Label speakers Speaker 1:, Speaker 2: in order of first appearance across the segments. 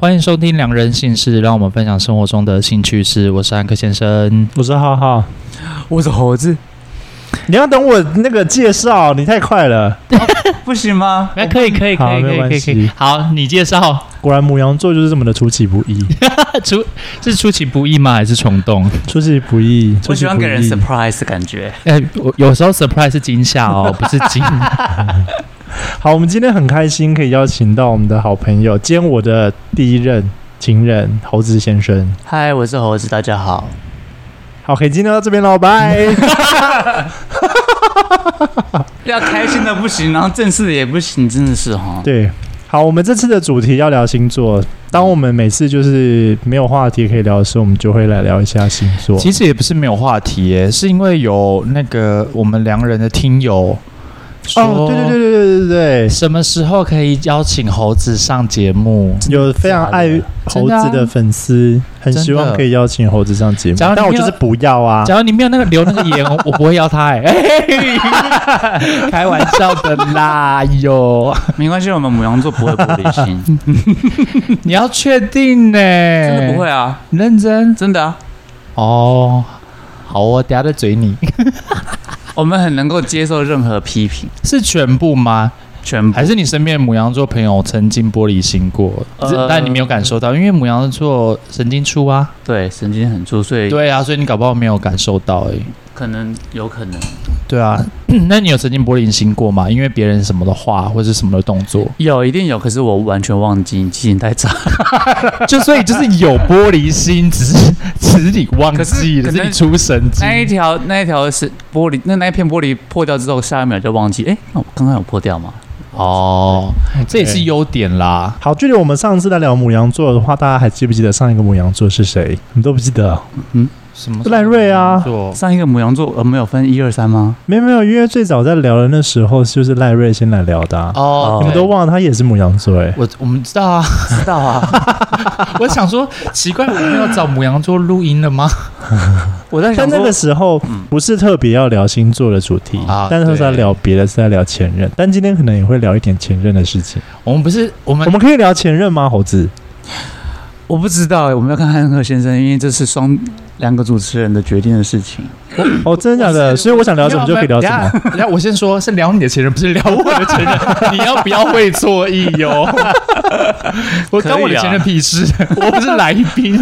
Speaker 1: 欢迎收听《两人姓氏》，让我们分享生活中的兴趣事。我是安克先生，
Speaker 2: 我是浩浩，
Speaker 3: 我是猴子。
Speaker 2: 你要等我那个介绍，你太快了。
Speaker 3: 不行吗？
Speaker 1: 哎，可以可以
Speaker 2: 好
Speaker 1: 可以可
Speaker 2: 没
Speaker 1: 以
Speaker 2: 关
Speaker 1: 可以可以
Speaker 2: 系，
Speaker 1: 好，你介绍，
Speaker 2: 果然母羊座就是这么的出其不 意，
Speaker 1: 出是出其不意吗？还是冲动？
Speaker 2: 出其不意。
Speaker 3: 我喜欢给人
Speaker 2: 出其不意
Speaker 3: surprise 的感觉。
Speaker 1: 哎、我有时候 surprise 是惊吓 哦，不是惊。
Speaker 2: 好，我们今天很开心可以邀请到我们的好朋友，兼我的第一任情人猴子先生。
Speaker 3: 嗨，我是猴子，大家好。
Speaker 2: 好，可以今天到这边喽，拜。
Speaker 3: 要开心的不行，然后正式的也不行，真的是哈。
Speaker 2: 对，好，我们这次的主题要聊星座。当我们每次就是没有话题可以聊的时候，我们就会来聊一下星座。
Speaker 4: 其实也不是没有话题耶，是因为有那个我们良人的听友说，
Speaker 2: 哦，对对对对对对对，
Speaker 1: 什么时候可以邀请猴子上节目？
Speaker 2: 有非常爱猴子的粉丝，很希望可以邀请猴子上节目，
Speaker 1: 啊假如你
Speaker 2: 但我
Speaker 1: 没有
Speaker 2: 就是不要啊。
Speaker 1: 假如你没有那个留那个言，我我不会邀他 哎、开玩笑的啦，哎呦，
Speaker 3: 没关系，我们母羊座不会玻璃 心，
Speaker 1: 你要确定呢、
Speaker 3: 真的不会啊，
Speaker 1: 认真
Speaker 3: 真的啊。
Speaker 1: 哦。好哦，我等下再嘴你，
Speaker 3: 我们很能够接受任何批评，
Speaker 1: 是全部吗？
Speaker 3: 全部
Speaker 1: 还是你身边的母羊座朋友曾经玻璃心过，
Speaker 3: 呃
Speaker 1: 只但你没有感受到，因为母羊座神经粗啊。
Speaker 3: 对神经很粗，所以
Speaker 1: 对啊，所以你搞不好没有感受到哎、
Speaker 3: 可能有可能
Speaker 1: 对啊， 那你有曾经玻璃心过吗？因为别人什么的话或者什么的动 作，
Speaker 3: 有，一定有，可是我完全忘记，记性 太差。
Speaker 1: 就所以就是有玻璃心，只是 只是你忘
Speaker 3: 可
Speaker 1: 记了，
Speaker 3: 是可
Speaker 1: 是
Speaker 3: 能哎
Speaker 1: 你出神经
Speaker 3: 那。一条那一条是玻璃，那那一片玻璃破掉之后，下一秒就忘记，哎，那我刚刚有破掉吗？
Speaker 1: 哦，这也是
Speaker 3: 哎
Speaker 1: 优点啦。
Speaker 2: 好，距离我们上次在聊母羊座的话，大家还记不记得上一个母羊座是谁？你都不记得？啊
Speaker 1: 什么
Speaker 2: 赖瑞啊
Speaker 1: 做
Speaker 3: 上一个母羊座呃没有分一二三吗？
Speaker 2: 没有没有，因为最早在聊的那时候就是赖瑞先来聊的、啊，
Speaker 1: 哦，
Speaker 2: 你们都
Speaker 1: 对
Speaker 2: 忘了他也是母羊座哎、
Speaker 1: 我我们知道啊。
Speaker 3: 知道啊，
Speaker 1: 我想说，奇怪，我们要找母羊座录音了吗？
Speaker 3: 我在
Speaker 2: 但
Speaker 3: 想
Speaker 2: 那
Speaker 3: 说
Speaker 2: 个，时候
Speaker 3: 嗯
Speaker 2: 不是特别要聊星座的主题，
Speaker 1: 啊
Speaker 2: 但是在
Speaker 1: 对
Speaker 2: 聊别的，是在聊前任。但今天可能也会聊一点前任的事情。
Speaker 1: 我们不是我们
Speaker 2: 我们可以聊前任吗，猴子？
Speaker 3: 我不知道哎，我们要看汉克先生，因为这是双两个主持人的决定的事情。
Speaker 2: 哦，真的假的？所以我想聊什么就可以聊什么。。
Speaker 1: 等下我先说，是聊你的前任，不是聊我的前任。你要不要会错意哟？ 我
Speaker 3: 可以啊
Speaker 1: 跟我的前任屁事，我不是来宾。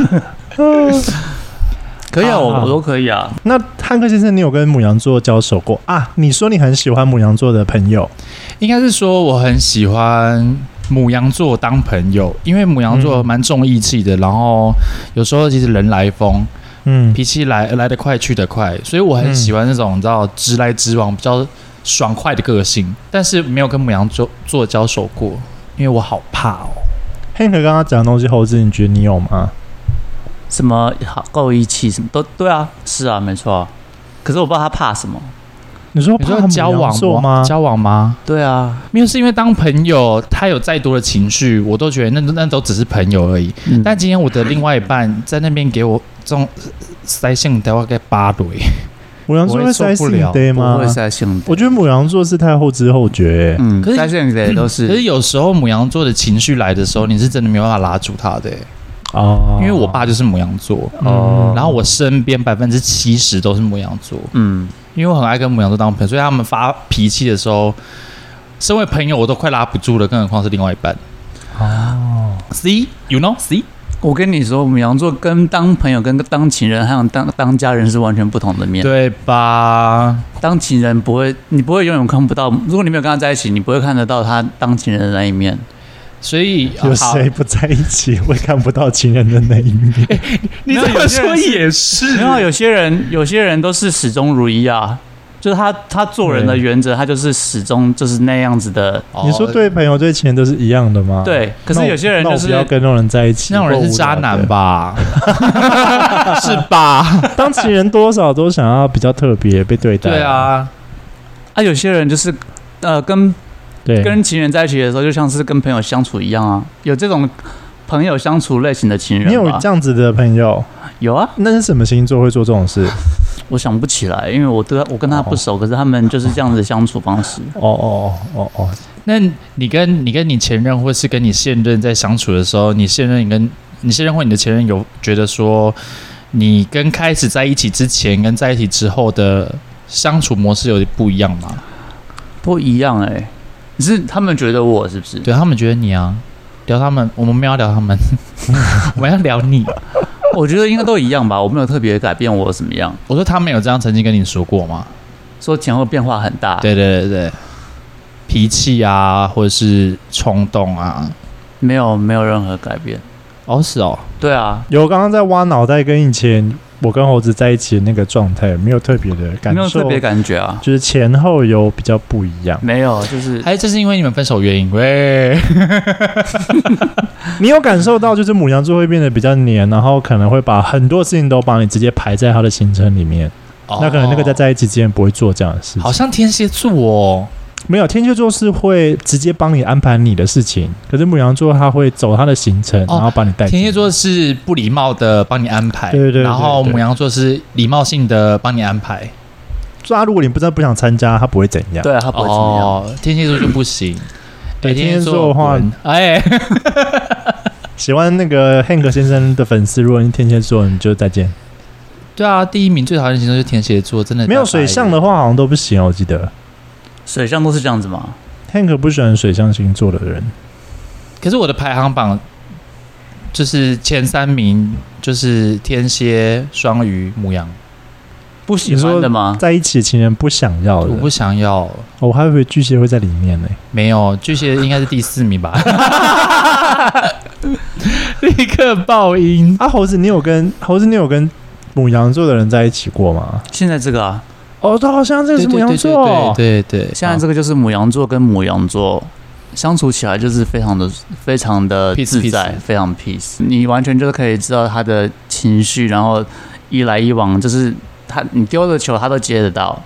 Speaker 3: 可以啊，
Speaker 2: 啊
Speaker 3: 我我都可以啊。
Speaker 2: 那汉克先生，你有跟母羊座交手过啊？你说你很喜欢母羊座的朋友，
Speaker 1: 应该是说我很喜欢母羊座当朋友，因为母羊座蛮重义气的，然后有时候其实人来疯，
Speaker 2: 嗯，
Speaker 1: 脾气来来得快去得快，所以我很喜欢那种、你知道直来直往、比较爽快的个性。但是没有跟母羊座做交手过，因为我好怕哦。
Speaker 2: 汉克刚刚讲的东西，猴子，你觉得你有吗？
Speaker 3: 什么好够义气，什么都对啊，是啊，没错啊。可是我不知道他怕什么。
Speaker 2: 你说
Speaker 1: 你
Speaker 2: 怕
Speaker 1: 说交
Speaker 2: 母羊
Speaker 1: 往
Speaker 2: 座吗？
Speaker 1: 交往吗？
Speaker 3: 对啊，
Speaker 1: 没有，是因为当朋友，他有再多的情绪，我都觉得那那都只是朋友而已。
Speaker 3: 嗯
Speaker 1: 但今天我的另外一半在那边给我这种塞性的话，该八雷。
Speaker 2: 母羊座会塞
Speaker 1: 我
Speaker 2: 性
Speaker 1: 也受不了
Speaker 2: day
Speaker 3: 不
Speaker 2: 吗
Speaker 3: 会？塞性的，
Speaker 2: 我觉得母羊座是太后知后觉、欸。
Speaker 3: 嗯，
Speaker 1: 可是
Speaker 3: 塞性的也都
Speaker 1: 可是
Speaker 3: 是。
Speaker 1: 有时候母羊座的情绪来的时候，你是真的没有办法拉住他的欸、
Speaker 2: 哦，
Speaker 1: 因为我爸就是母羊座，
Speaker 2: 哦
Speaker 1: 然后我身边百分之七十都是母羊座，
Speaker 3: 嗯，
Speaker 1: 因为我很爱跟母羊座当朋友，所以他们发脾气的时候，身为朋友我都快拉不住了，更何况是另外一半。
Speaker 2: 哦，
Speaker 1: See you know see，
Speaker 3: 我跟你说，母羊座跟当朋友、跟当情人还有当当家人是完全不同的面。
Speaker 1: 对吧？
Speaker 3: 当情人不会，你不会永远看不到。如果你没有跟他在一起，你不会看得到他当情人的那一面。
Speaker 1: 所以
Speaker 2: 有
Speaker 1: 好
Speaker 2: 谁不在一起会看不到情人的那一面？
Speaker 1: 你这
Speaker 3: 没有
Speaker 1: 么
Speaker 3: 有些
Speaker 1: 说
Speaker 3: 人是
Speaker 1: 也是，
Speaker 3: 然后有些人，有些人都是始终如一啊，就是他他做人的原则，他就是始终就是那样子的。
Speaker 1: 哦
Speaker 2: 你说对朋友对情人都是一样的吗？。
Speaker 3: 对，可是有些人
Speaker 2: 啊那
Speaker 3: 就
Speaker 2: 我
Speaker 3: 是
Speaker 2: 不要跟那种人在一起，
Speaker 1: 那种人是渣男吧？ 是吧？
Speaker 2: 够无聊的？ 当情人多少都想要比较特别被对待。
Speaker 1: 对，啊，
Speaker 3: 啊，有些人就是呃，跟
Speaker 2: 对，
Speaker 3: 跟情人在一起的时候，就像是跟朋友相处一样啊，有这种朋友相处类型的情人吗
Speaker 2: 你有这样子的朋友，
Speaker 3: 有啊，
Speaker 2: 那是什么星座会做这种事？
Speaker 3: 我想不
Speaker 2: 哦
Speaker 3: 起来，因为我对他我跟他不熟，可是他们就是这样子的相处方式。
Speaker 2: 哦哦哦哦哦，
Speaker 1: 那你跟你跟你前任或是跟你现任在相处的时候，你现任你跟你现任或你的前任有觉得说，你跟开始在一起之前跟在一起之后的相处模式有点不一样吗？
Speaker 2: 嗯
Speaker 3: 不一样哎、你是他们觉得我是不是？
Speaker 1: 对他们觉得你啊，聊他们，我们没有要聊他们，我们要 聊你。
Speaker 3: 我觉得应该都一样吧，我没有特别改变我怎么样，
Speaker 1: 我说他们有这样曾经跟你说过吗？
Speaker 3: 说前后变化很大。，
Speaker 2: 啊
Speaker 1: 对对对对，脾气啊，或者是冲动啊。
Speaker 3: 没有没有任何改变。
Speaker 1: 哦，是哦，
Speaker 3: 对啊，
Speaker 2: 有刚刚在挖脑袋，跟以前我跟猴子在一起的那个状态没有特别的感受，
Speaker 3: 没有特别感觉啊，
Speaker 2: 就是前后有比较不一样。
Speaker 3: 没有，就是
Speaker 1: 哎，这是因为你们分手原因喂？
Speaker 2: 你有感受到，就是母羊座会变得比较黏，然后可能会把很多事情都帮你直接排在他的行程里面。 那可能那个在
Speaker 1: 哦
Speaker 2: 在一起之前不会做这样的事情。
Speaker 1: 好像天蝎座哦，
Speaker 2: 没有天蝎座是会直接帮你安排你的事情，可是母羊座他会走他的行程，
Speaker 1: 哦
Speaker 2: 然后把你带进去。
Speaker 1: 天蝎座是不礼貌的帮你安排，
Speaker 2: 哎对对对
Speaker 1: 然后
Speaker 2: 对对
Speaker 1: 母羊座是礼貌性的帮你安排，
Speaker 2: 所以他如果你不知道不想参加，他不会怎样。
Speaker 3: 对啊，他不会怎么样。，
Speaker 1: 天蝎座就不行。
Speaker 2: 哦对
Speaker 1: 哎
Speaker 2: 天蝎座的话
Speaker 1: 滚哎，
Speaker 2: 喜欢那个 Hank 先生的粉丝，如果你天蝎座，你就再见。
Speaker 1: 对啊，第一名最讨厌的星座就是天蝎座，真的
Speaker 2: 没有水象的话，好像都不行。哦我记得
Speaker 3: 水象都是这样子嘛，
Speaker 2: Hank 不喜欢水象星座的人，
Speaker 1: 可是我的排行榜就是前三名就是天蝎、双鱼、母羊，
Speaker 3: 不喜欢的吗？
Speaker 2: 在一起的情人不想要的
Speaker 1: 我。不想要。
Speaker 2: 哦我还以为巨蟹会在里面呢、
Speaker 1: 没有，巨蟹应该是第四 名吧。 立刻爆音！
Speaker 2: 啊，猴子，你有跟猴子，你有跟母羊座的人在一起过吗？
Speaker 3: 现在这个啊，
Speaker 2: 哦，对，好像这个是母羊座哦。
Speaker 1: 对对对
Speaker 3: 现在这个就是母羊座跟母羊座相处起来就是非常的非常的
Speaker 1: Peace，
Speaker 3: 自在
Speaker 1: peace
Speaker 3: 非常 peace。你完全就是可以知道他的情绪，然后一来一往，就是他你丢的球他都接得到。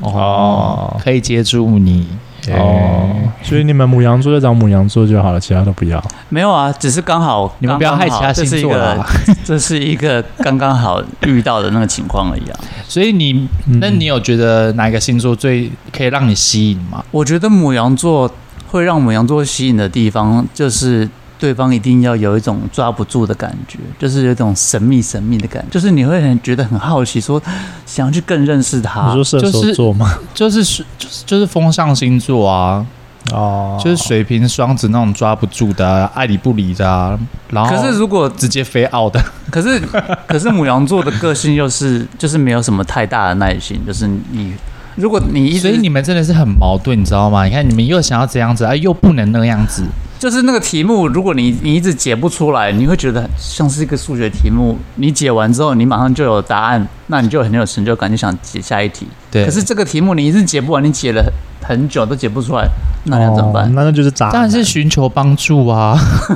Speaker 1: 哦，
Speaker 2: 哦
Speaker 1: 可以接住你
Speaker 2: 哦，所以你们母羊座就找母羊座就好了，其他都不要。
Speaker 3: 没有啊，只是刚好
Speaker 1: 你们不要害其他星座啊啦
Speaker 3: 了，。这是一个刚刚好遇到的那个情况而已啊。
Speaker 1: 所以你，
Speaker 2: 嗯
Speaker 1: 那你有觉得哪一个星座最可以让你吸引吗？
Speaker 3: 我觉得母羊座会让母羊座吸引的地方，就是对方一定要有一种抓不住的感觉，就是有一种神秘神秘的感觉，就是你会很觉得很好奇，说想要去更认识
Speaker 2: 你
Speaker 3: 他
Speaker 2: 说。射手座吗？
Speaker 1: 就是水就是就是风象星座啊，
Speaker 2: 哦，
Speaker 1: 就是水瓶、双子那种抓不住的啊、爱理不理的啊，然后
Speaker 3: 可是如果
Speaker 1: 直接飞傲的，
Speaker 3: 可是可是母羊座的个性又是就是没有什么太大的耐心，就是你如果你 一
Speaker 1: 所以
Speaker 3: 直
Speaker 1: 你们真的是很矛盾，你知道吗？你看你们又想要这样子，哎，又不能那样子，
Speaker 3: 就是那个题目，如果你你一直解不出来，你会觉得像是一个数学题目，你解完之后你马上就有答案，那你就很有成就感，就想解下一题。
Speaker 1: 对。
Speaker 3: 可是这个题目你一直解不完，你解了很久都解不出来，那你要怎么
Speaker 2: 哦
Speaker 3: 办？
Speaker 2: 那那就是渣男。
Speaker 1: 当然是寻求帮助啊，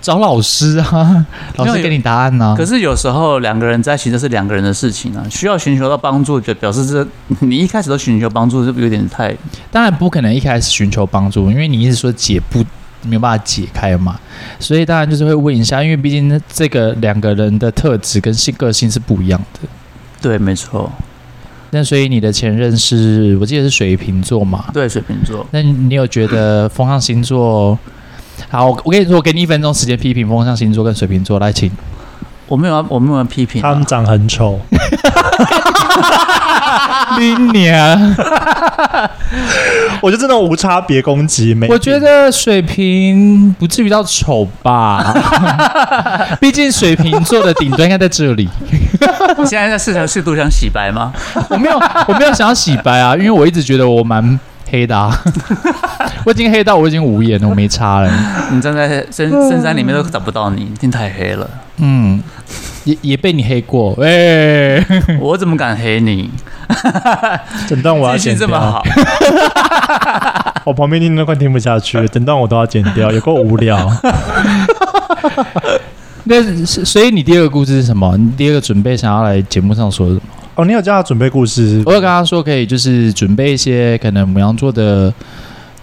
Speaker 1: 找老师啊，老
Speaker 3: 没
Speaker 1: 师
Speaker 3: 有
Speaker 1: 给你答案啊。
Speaker 3: 可是有时候两个人在一起，这是两个人的事情啊，需要寻求到帮助，就表示这你一开始都寻求帮助，是不是有点太
Speaker 1: 当然不可能一开始寻求帮助，因为你一直说解不没有办法解开嘛，所以当然就是会问一下，因为毕竟那这个两个人的特质跟性个性是不一样的。
Speaker 3: 对？没错，
Speaker 1: 那所以你的前任是我记得是水瓶座嘛？
Speaker 3: 对水瓶座，
Speaker 1: 那你有觉得风象星座？好，我我跟你说，我给你一分钟时间批评风象星座跟水瓶座，来，请。
Speaker 3: 我没有要我没有要批评啊、
Speaker 2: 他们长很丑，
Speaker 1: 你娘！
Speaker 2: 我就真的无差别攻击。没
Speaker 1: 我觉得水瓶不至于到丑吧， 毕竟水瓶座的顶端应该在这里。
Speaker 3: 你现在在试图试图想洗 白吗？
Speaker 1: 我没有，我没有想要洗白 啊，因为我一直觉得我蛮黑的、啊， 我已经黑到我已经无眼了，我没差了。
Speaker 3: 你站在深深山里面都找不到你，一定太黑了。
Speaker 1: 嗯，也也被你黑过，哎、
Speaker 3: 我怎么敢黑你？
Speaker 2: 整段我要
Speaker 3: 记
Speaker 2: 剪
Speaker 3: 性这么
Speaker 2: 掉，
Speaker 3: 好，
Speaker 2: 我旁边听都快听不下去了，整段我都要剪掉，有够无聊。
Speaker 1: 那是所以你第二个故事是什么？你第二个准备想要来节目上说什么？
Speaker 2: 哦，你有叫他准备故事？
Speaker 1: 我有跟他说可以，就是准备一些可能母羊座的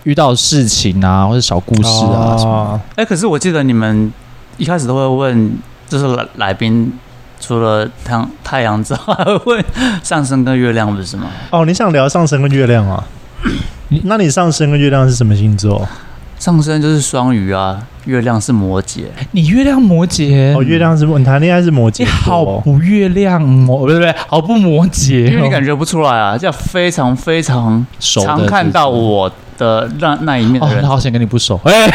Speaker 1: 遇到的事情啊，或者小故事啊什么。
Speaker 2: 哦
Speaker 3: 哎、可是我记得你们一开始都会问，就是来来宾除了太阳太阳之外，还会问上升跟月亮，不是吗？
Speaker 2: 哦，你想聊上升跟月亮啊？那你上升跟月亮是什么星座？
Speaker 3: 上升就是双鱼啊，月亮是摩 羯，
Speaker 1: 你月亮摩羯
Speaker 2: 哦，月亮是摩，你谈恋爱是摩羯
Speaker 1: 嗯你
Speaker 2: 座
Speaker 1: 好
Speaker 2: 哦，
Speaker 1: 不月亮摩，不对不对，好不摩羯、哦，
Speaker 3: 因为你感觉不出来啊，这样非常非常
Speaker 1: 熟的
Speaker 3: 常看到我的那那一面的
Speaker 1: 哦，
Speaker 3: 人
Speaker 1: 那，好险跟你不熟，哎、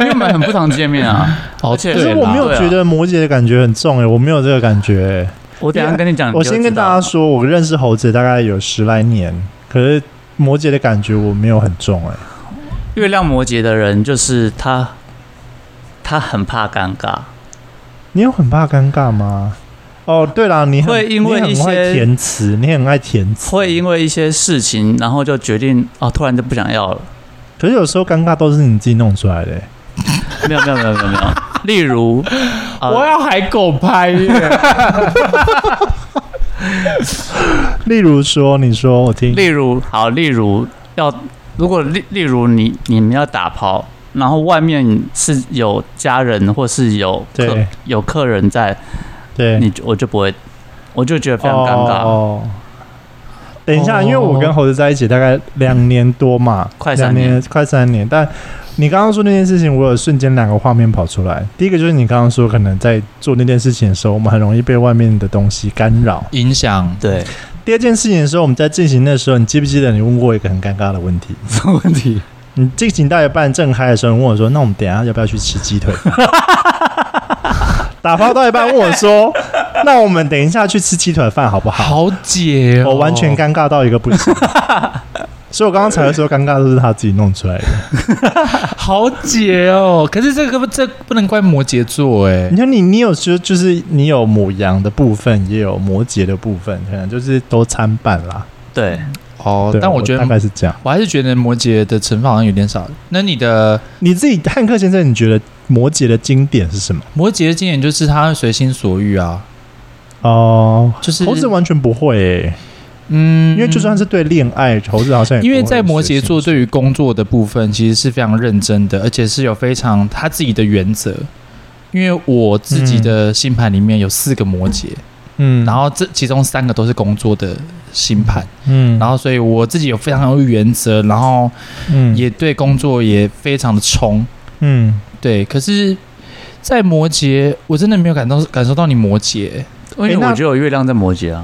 Speaker 3: 因为我们很不常见 面啊。
Speaker 1: 哦，
Speaker 3: 而且
Speaker 2: 可是
Speaker 1: 对
Speaker 2: 我
Speaker 1: 啦
Speaker 2: 没有
Speaker 3: 对啊
Speaker 2: 觉得摩羯的感觉很重哎，我没有这个感觉欸。
Speaker 3: 我等一下跟你讲，
Speaker 2: 我
Speaker 3: 你就
Speaker 2: 先跟
Speaker 3: 知道
Speaker 2: 大家
Speaker 3: 了
Speaker 2: 说，我认识猴子大概有十来年，可是摩羯的感觉我没有很重哎。
Speaker 3: 月亮摩羯的人就是他，他很怕尴尬，
Speaker 2: 你有很怕尴尬吗？哦，对啦，你很
Speaker 3: 会因为
Speaker 2: 你很
Speaker 3: 一些
Speaker 2: 会填词，你很爱填词，
Speaker 3: 会因为一些事情，然后就决定哦，突然就不想要了。
Speaker 2: 可是有时候尴尬都是你自己弄出来的欸。
Speaker 3: 没有没有没有没有没有，例 如，呃
Speaker 1: 我要海狗拍 耶，
Speaker 2: 例如说，你说我听，
Speaker 3: 例如好，例如要如果例例如你你们要打炮，然后外面是有家人或是有客
Speaker 2: 对
Speaker 3: 有客人在，
Speaker 2: 对，
Speaker 3: 你就我就不会，我就觉得非常尴尬，
Speaker 2: 哦哦等一下，
Speaker 1: 哦
Speaker 2: 因为我跟猴子在一起大概两年多嘛，
Speaker 3: 快
Speaker 2: 两
Speaker 3: 三年
Speaker 2: 年，快三年。但你刚刚说那件事情，我有瞬间两个画面跑出来。第一个就是你刚刚说，可能在做那件事情的时候，我们很容易被外面的东西干扰。
Speaker 1: 影响
Speaker 3: 对，
Speaker 2: 第二件事情的时候，我们在进行的时候，你记不记得你问过一个很尴尬的问题？
Speaker 3: 什么问题？
Speaker 2: 你进行到一半正嗨的时候，你问我说：“那我们等一下要不要去吃鸡腿？” 打发到一半问我说：“那我们等一下去吃鸡腿饭好不 好？”
Speaker 1: 好解、哦，
Speaker 2: 我完全尴尬到一个不行。所以我刚刚才会说尴尬都是他自己弄出来的。
Speaker 1: 好解哦，可是这个不这不能怪摩羯座哎
Speaker 2: 你，看你，你有就就是你有母羊的部分，也有摩羯的部分，可能就是都参半啦。
Speaker 3: 对，
Speaker 1: 哦
Speaker 2: 对，
Speaker 1: 但我觉
Speaker 2: 大
Speaker 1: 得
Speaker 2: 概是这样。
Speaker 1: 我还是觉得摩羯的成分好像有点少。那你的
Speaker 2: 你自己汉克先生，你觉得摩羯的经典是什么？
Speaker 1: 摩羯的经典就是他会随心所欲啊，
Speaker 2: 哦、
Speaker 1: 就是
Speaker 2: 猴子完全不会、欸，
Speaker 1: 嗯，
Speaker 2: 因为就算是对恋爱，猴子好像也
Speaker 1: 因为在摩羯座
Speaker 2: 最
Speaker 1: 对于工作的部分其实是非常认真的，而且是有非常他自己的原则。因为我自己的星盘里面有四个摩羯，
Speaker 2: 嗯
Speaker 1: 然后这其中三个都是工作的星盘，
Speaker 2: 嗯
Speaker 1: 然后所以我自己有非常有原则，然后
Speaker 2: 嗯
Speaker 1: 也对工作也非常的冲，
Speaker 2: 嗯
Speaker 1: 对。可是，在摩羯，我真的没有感到感受到你摩羯，
Speaker 3: 因为
Speaker 2: 诶那
Speaker 3: 我觉得我月亮在摩羯啊，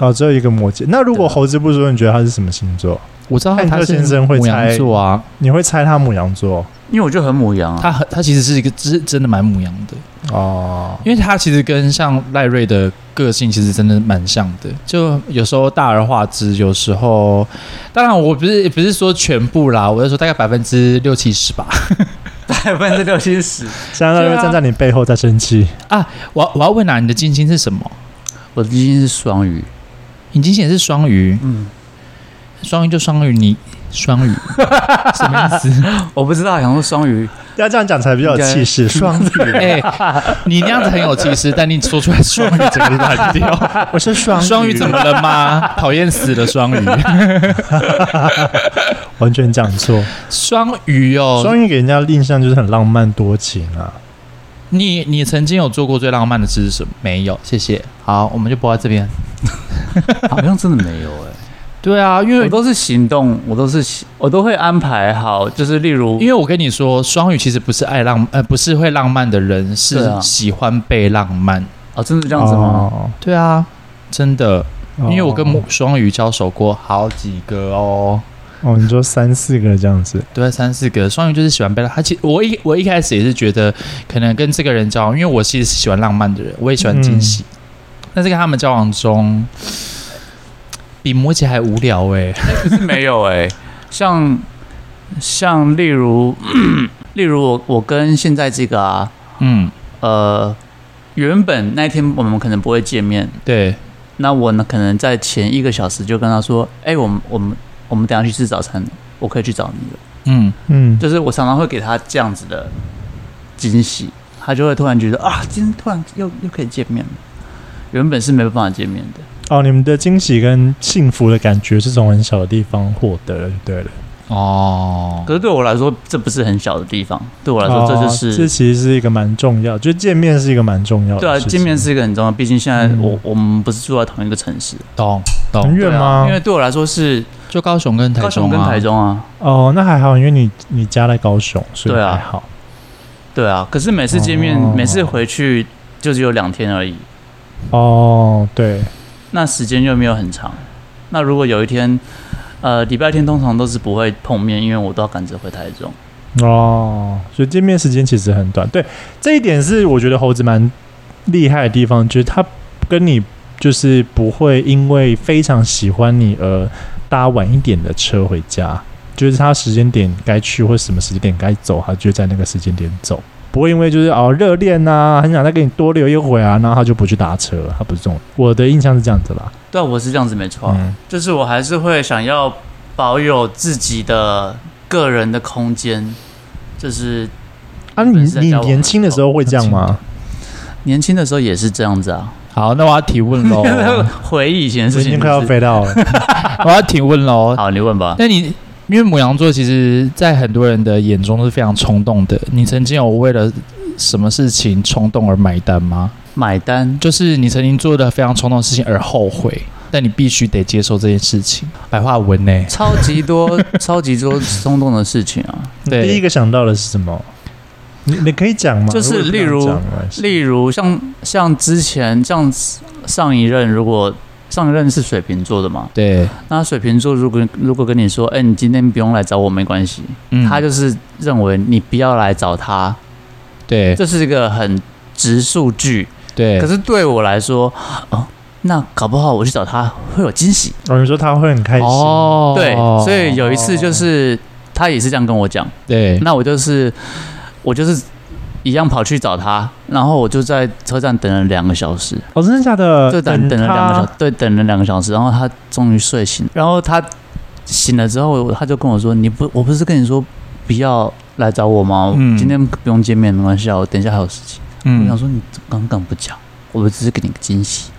Speaker 2: 哦，只有一个摩羯。那如果
Speaker 3: 对啊
Speaker 2: 猴子不说，你觉得他是什么星座？
Speaker 1: 我知道
Speaker 2: 汉
Speaker 1: 他
Speaker 2: 克
Speaker 1: 是
Speaker 2: 先生会
Speaker 1: 母
Speaker 2: 猜
Speaker 1: 羊座啊，
Speaker 2: 你会猜他母羊座
Speaker 3: 因为我就很母羊啊，
Speaker 1: 他很他其实是一个真真的蛮母羊的，
Speaker 2: 哦？
Speaker 1: 因为他其实跟像赖瑞的个性其实真的蛮像的，就有时候大而化之，有时候当然我不是不是说全部啦，我是说大概百分之六七十吧。
Speaker 3: 百分之六七十，
Speaker 2: 现在
Speaker 1: 对
Speaker 2: 会
Speaker 1: 啊
Speaker 2: 站在你背后在 生气，
Speaker 1: 我我要问啊，你的金星是什么？
Speaker 3: 我的金星是双鱼，
Speaker 1: 你金星也是双鱼，
Speaker 3: 嗯，
Speaker 1: 双鱼就双鱼，你双 鱼什么意思？
Speaker 3: 我不知道，想说双鱼，
Speaker 2: 要这样讲才比较有气 势。双鱼，
Speaker 1: 哎、你那样子很有气势，但你说出来双鱼整个乱掉。
Speaker 2: 我是双
Speaker 1: 双鱼怎么了 吗？讨厌死了双 鱼，
Speaker 2: 完全讲错？
Speaker 1: 双鱼哦，
Speaker 2: 双鱼给人家的印象就是很浪漫多情啊。
Speaker 1: 你你曾经有做过最浪漫的事是什么？没有，谢谢。好，我们就播到这边。
Speaker 3: 好像真的没有哎、
Speaker 1: 对啊，因
Speaker 3: 我
Speaker 1: 为
Speaker 3: 都是行动，我都是行我都会安排好，就是例如
Speaker 1: 因为我跟你说，双鱼其实不是爱浪，呃，不是会浪漫的人，
Speaker 3: 对
Speaker 1: 是
Speaker 3: 啊
Speaker 1: 喜欢被浪漫。
Speaker 3: 哦，真的这
Speaker 2: 这
Speaker 3: 样子吗？
Speaker 1: 对啊，真的，
Speaker 2: 哦
Speaker 1: 因为我跟母双鱼交手过好几个哦，
Speaker 2: 哦，你说三四个这样子，
Speaker 1: 对，啊三四个。双鱼就是喜欢被浪，他其我一我一开始也是觉得可能跟这个人交往，因为我其实是喜欢浪漫的人，我也喜欢惊喜，
Speaker 3: 嗯
Speaker 1: 但是跟他们交往中，比摩羯还无聊哎、
Speaker 3: 是没有哎、像像例如 例如我我跟现在这个啊，
Speaker 1: 嗯，
Speaker 3: 呃，原本那一天我们可能不会见面，
Speaker 1: 对，
Speaker 3: 那我呢可能在前一个小时就跟他说，哎、我们我们我们等一下去吃早餐，我可以去找你了。
Speaker 1: 嗯，
Speaker 2: 嗯，
Speaker 3: 就是我常常会给他这样子的惊喜，他就会突然觉得啊，今天突然又又可以见面了，原本是没办法见面的。
Speaker 2: 哦，你们的惊喜跟幸福的感觉是从很小的地方获得的，就对了。
Speaker 1: 哦，
Speaker 3: 可是对我来说，这不是很小的地方，对我来说，这就
Speaker 2: 哦
Speaker 3: 是、
Speaker 2: 这其实是一个蛮重要，就见面是一个蛮重要的。
Speaker 3: 对啊，见面。是一个很重要，毕竟现在
Speaker 2: 嗯
Speaker 3: 我、我们不是住在同一个城市，
Speaker 1: 懂懂
Speaker 2: 很，远
Speaker 3: 对啊
Speaker 2: 吗
Speaker 3: 因为对我来说是
Speaker 1: 就高雄跟台
Speaker 3: 高雄
Speaker 1: 中
Speaker 3: 跟
Speaker 1: 啊，
Speaker 3: 台中啊，
Speaker 2: 哦，那还好，因为你你家在高雄，所以
Speaker 3: 对啊
Speaker 2: 还好。
Speaker 3: 对啊。可是每次见面，
Speaker 2: 哦
Speaker 3: 每次回去就只有两天而已，
Speaker 2: 哦，对，
Speaker 3: 那时间又没有很长。那如果有一天，呃，礼拜天通常都是不会碰面，因为我都要赶着回台中。
Speaker 2: 哦，所以见面时间其实很短。对，这一点是我觉得猴子蛮厉害的地方，就是他跟你就是不会因为非常喜欢你而搭晚一点的车回家，就是他时间点该去或什么时间点该走，他就在那个时间点走。不会因为就是哦热恋呐，很想再跟你多留一会啊，然后他就不去搭车，他不是这种。我的印象是这样子啦，
Speaker 3: 对啊，我是这样子没错啊、
Speaker 2: 嗯，
Speaker 3: 就是我还是会想要保有自己的个人的空间，就是
Speaker 2: 啊你
Speaker 3: 本身在
Speaker 2: 你
Speaker 3: 交往
Speaker 2: 年轻的时候会这样吗？
Speaker 3: 年轻的时候也是这样子啊。
Speaker 1: 好，那我要提问 喽，
Speaker 3: 回忆以前的
Speaker 2: 我
Speaker 3: 事
Speaker 2: 已经
Speaker 3: 情、
Speaker 2: 快要
Speaker 3: 就是。
Speaker 2: 飞到了，
Speaker 1: 我要提问喽。
Speaker 3: 好，你问吧。
Speaker 1: 那你因为母羊座其实，在很多人的眼中是非常冲动的。你曾经有为了什么事情冲动而买单吗？
Speaker 3: 买单
Speaker 1: 就是你曾经做的非常冲动的事情而后悔，但你必须得接受这件事情。白话文呢、
Speaker 3: 超级多，超级多冲动的事情啊。
Speaker 1: 对
Speaker 2: 第一个想到的是什么？你你可以讲吗？
Speaker 3: 就是
Speaker 2: 我也不想
Speaker 3: 例如
Speaker 2: 讲没关系
Speaker 3: 例如像像之前像上一任，如果上一任是水瓶座的嘛，
Speaker 1: 对，
Speaker 3: 那水瓶座如果如果跟你说，哎、你今天不用来找我没关系，
Speaker 1: 嗯
Speaker 3: 他就是认为你不要来找他，
Speaker 1: 对
Speaker 3: 这是一个很直数据。
Speaker 1: 对，
Speaker 3: 可是对我来说，哦，那搞不好我去找他会有惊喜。
Speaker 2: 哦，你说他会很开心，
Speaker 1: 哦，
Speaker 3: 对，所以有一次就是他也是这样跟我讲，
Speaker 1: 对
Speaker 3: 那我就是我就是一样跑去找他，然后我就在车站等了两个小时。
Speaker 2: 哦，真的假的？
Speaker 1: 呃
Speaker 3: 就等等了两个小
Speaker 2: 时，
Speaker 3: 对，等了两个小时，然后他终于睡醒，然后他醒了之后，他就跟我说：“你不，我不是跟你说不要来找我吗？
Speaker 1: 嗯
Speaker 3: 今天不用见面没关系啊，我等一下还有事情。我想
Speaker 1: 嗯，
Speaker 3: 说你刚刚不讲，我只是给你个惊喜，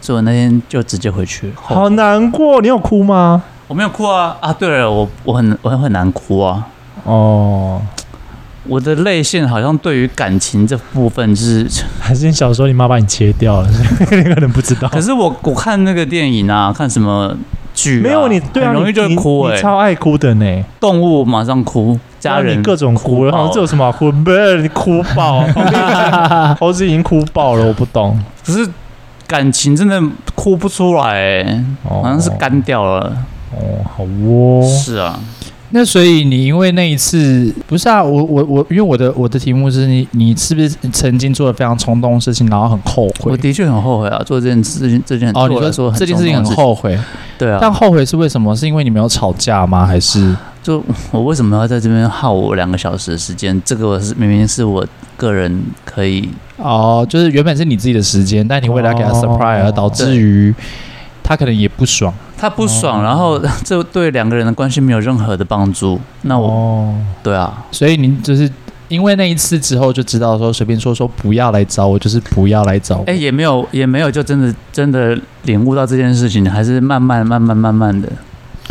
Speaker 3: 所以我那天就直接回去。
Speaker 2: 好难过。你有哭吗？
Speaker 3: 我没有哭啊啊！对了，我我很我很难哭啊，
Speaker 2: 哦，
Speaker 3: 我的泪腺好像对于感情这部分就是
Speaker 2: 还是你小时候你妈把你切掉了， 所以你可能不知道。
Speaker 3: 可是我我看那个电影啊，看什么剧啊、
Speaker 2: 没有你，对啊，
Speaker 3: 很容易
Speaker 2: 你
Speaker 3: 就会
Speaker 2: 你
Speaker 3: 哭哎、
Speaker 2: 你超爱哭的呢。
Speaker 3: 动物马上哭，家
Speaker 2: 然后
Speaker 3: 人
Speaker 2: 你各种哭，
Speaker 3: 哭
Speaker 2: 然
Speaker 3: 爆
Speaker 2: 后这有什么好哭？不是你哭爆， 猴子已经哭爆了，我不懂。
Speaker 3: 可是感情真的哭不出来、欸，
Speaker 2: 哦
Speaker 3: 好像是干掉了。
Speaker 2: 哦，好哦，
Speaker 3: 是啊，
Speaker 1: 那所以你因为那一次不是啊，我我我，因为我的我的题目是你你是不是曾经做了非常冲动的事情，然后很后悔
Speaker 3: 我？的确很后悔啊，做这件事情，这件
Speaker 1: 哦，
Speaker 3: 对
Speaker 1: 你
Speaker 3: 我来说
Speaker 1: 说
Speaker 3: 很
Speaker 1: 这件事情很
Speaker 3: 冲动的
Speaker 1: 后悔，
Speaker 3: 事情，对啊，
Speaker 1: 但后悔是为什么？是因为你没有吵架吗？还是
Speaker 3: 就我为什么要在这边耗我两个小时的时间？这个是明明是我个人可以，
Speaker 1: 哦，就是原本是你自己的时间，但你为了要给他
Speaker 2: 哦
Speaker 1: surprise 而导致于他可能也不爽。
Speaker 3: 他不爽，
Speaker 2: 哦
Speaker 3: 然后 这对两个人的关系没有任何的帮助。那我，
Speaker 2: 哦，
Speaker 3: 对啊，
Speaker 1: 所以你就是因为那一次之后就知道说，随便说说不要来找我，就是不要来找我。
Speaker 3: 哎、也没有也没有，就真的真的领悟到这件事情，还是慢慢慢慢慢慢的。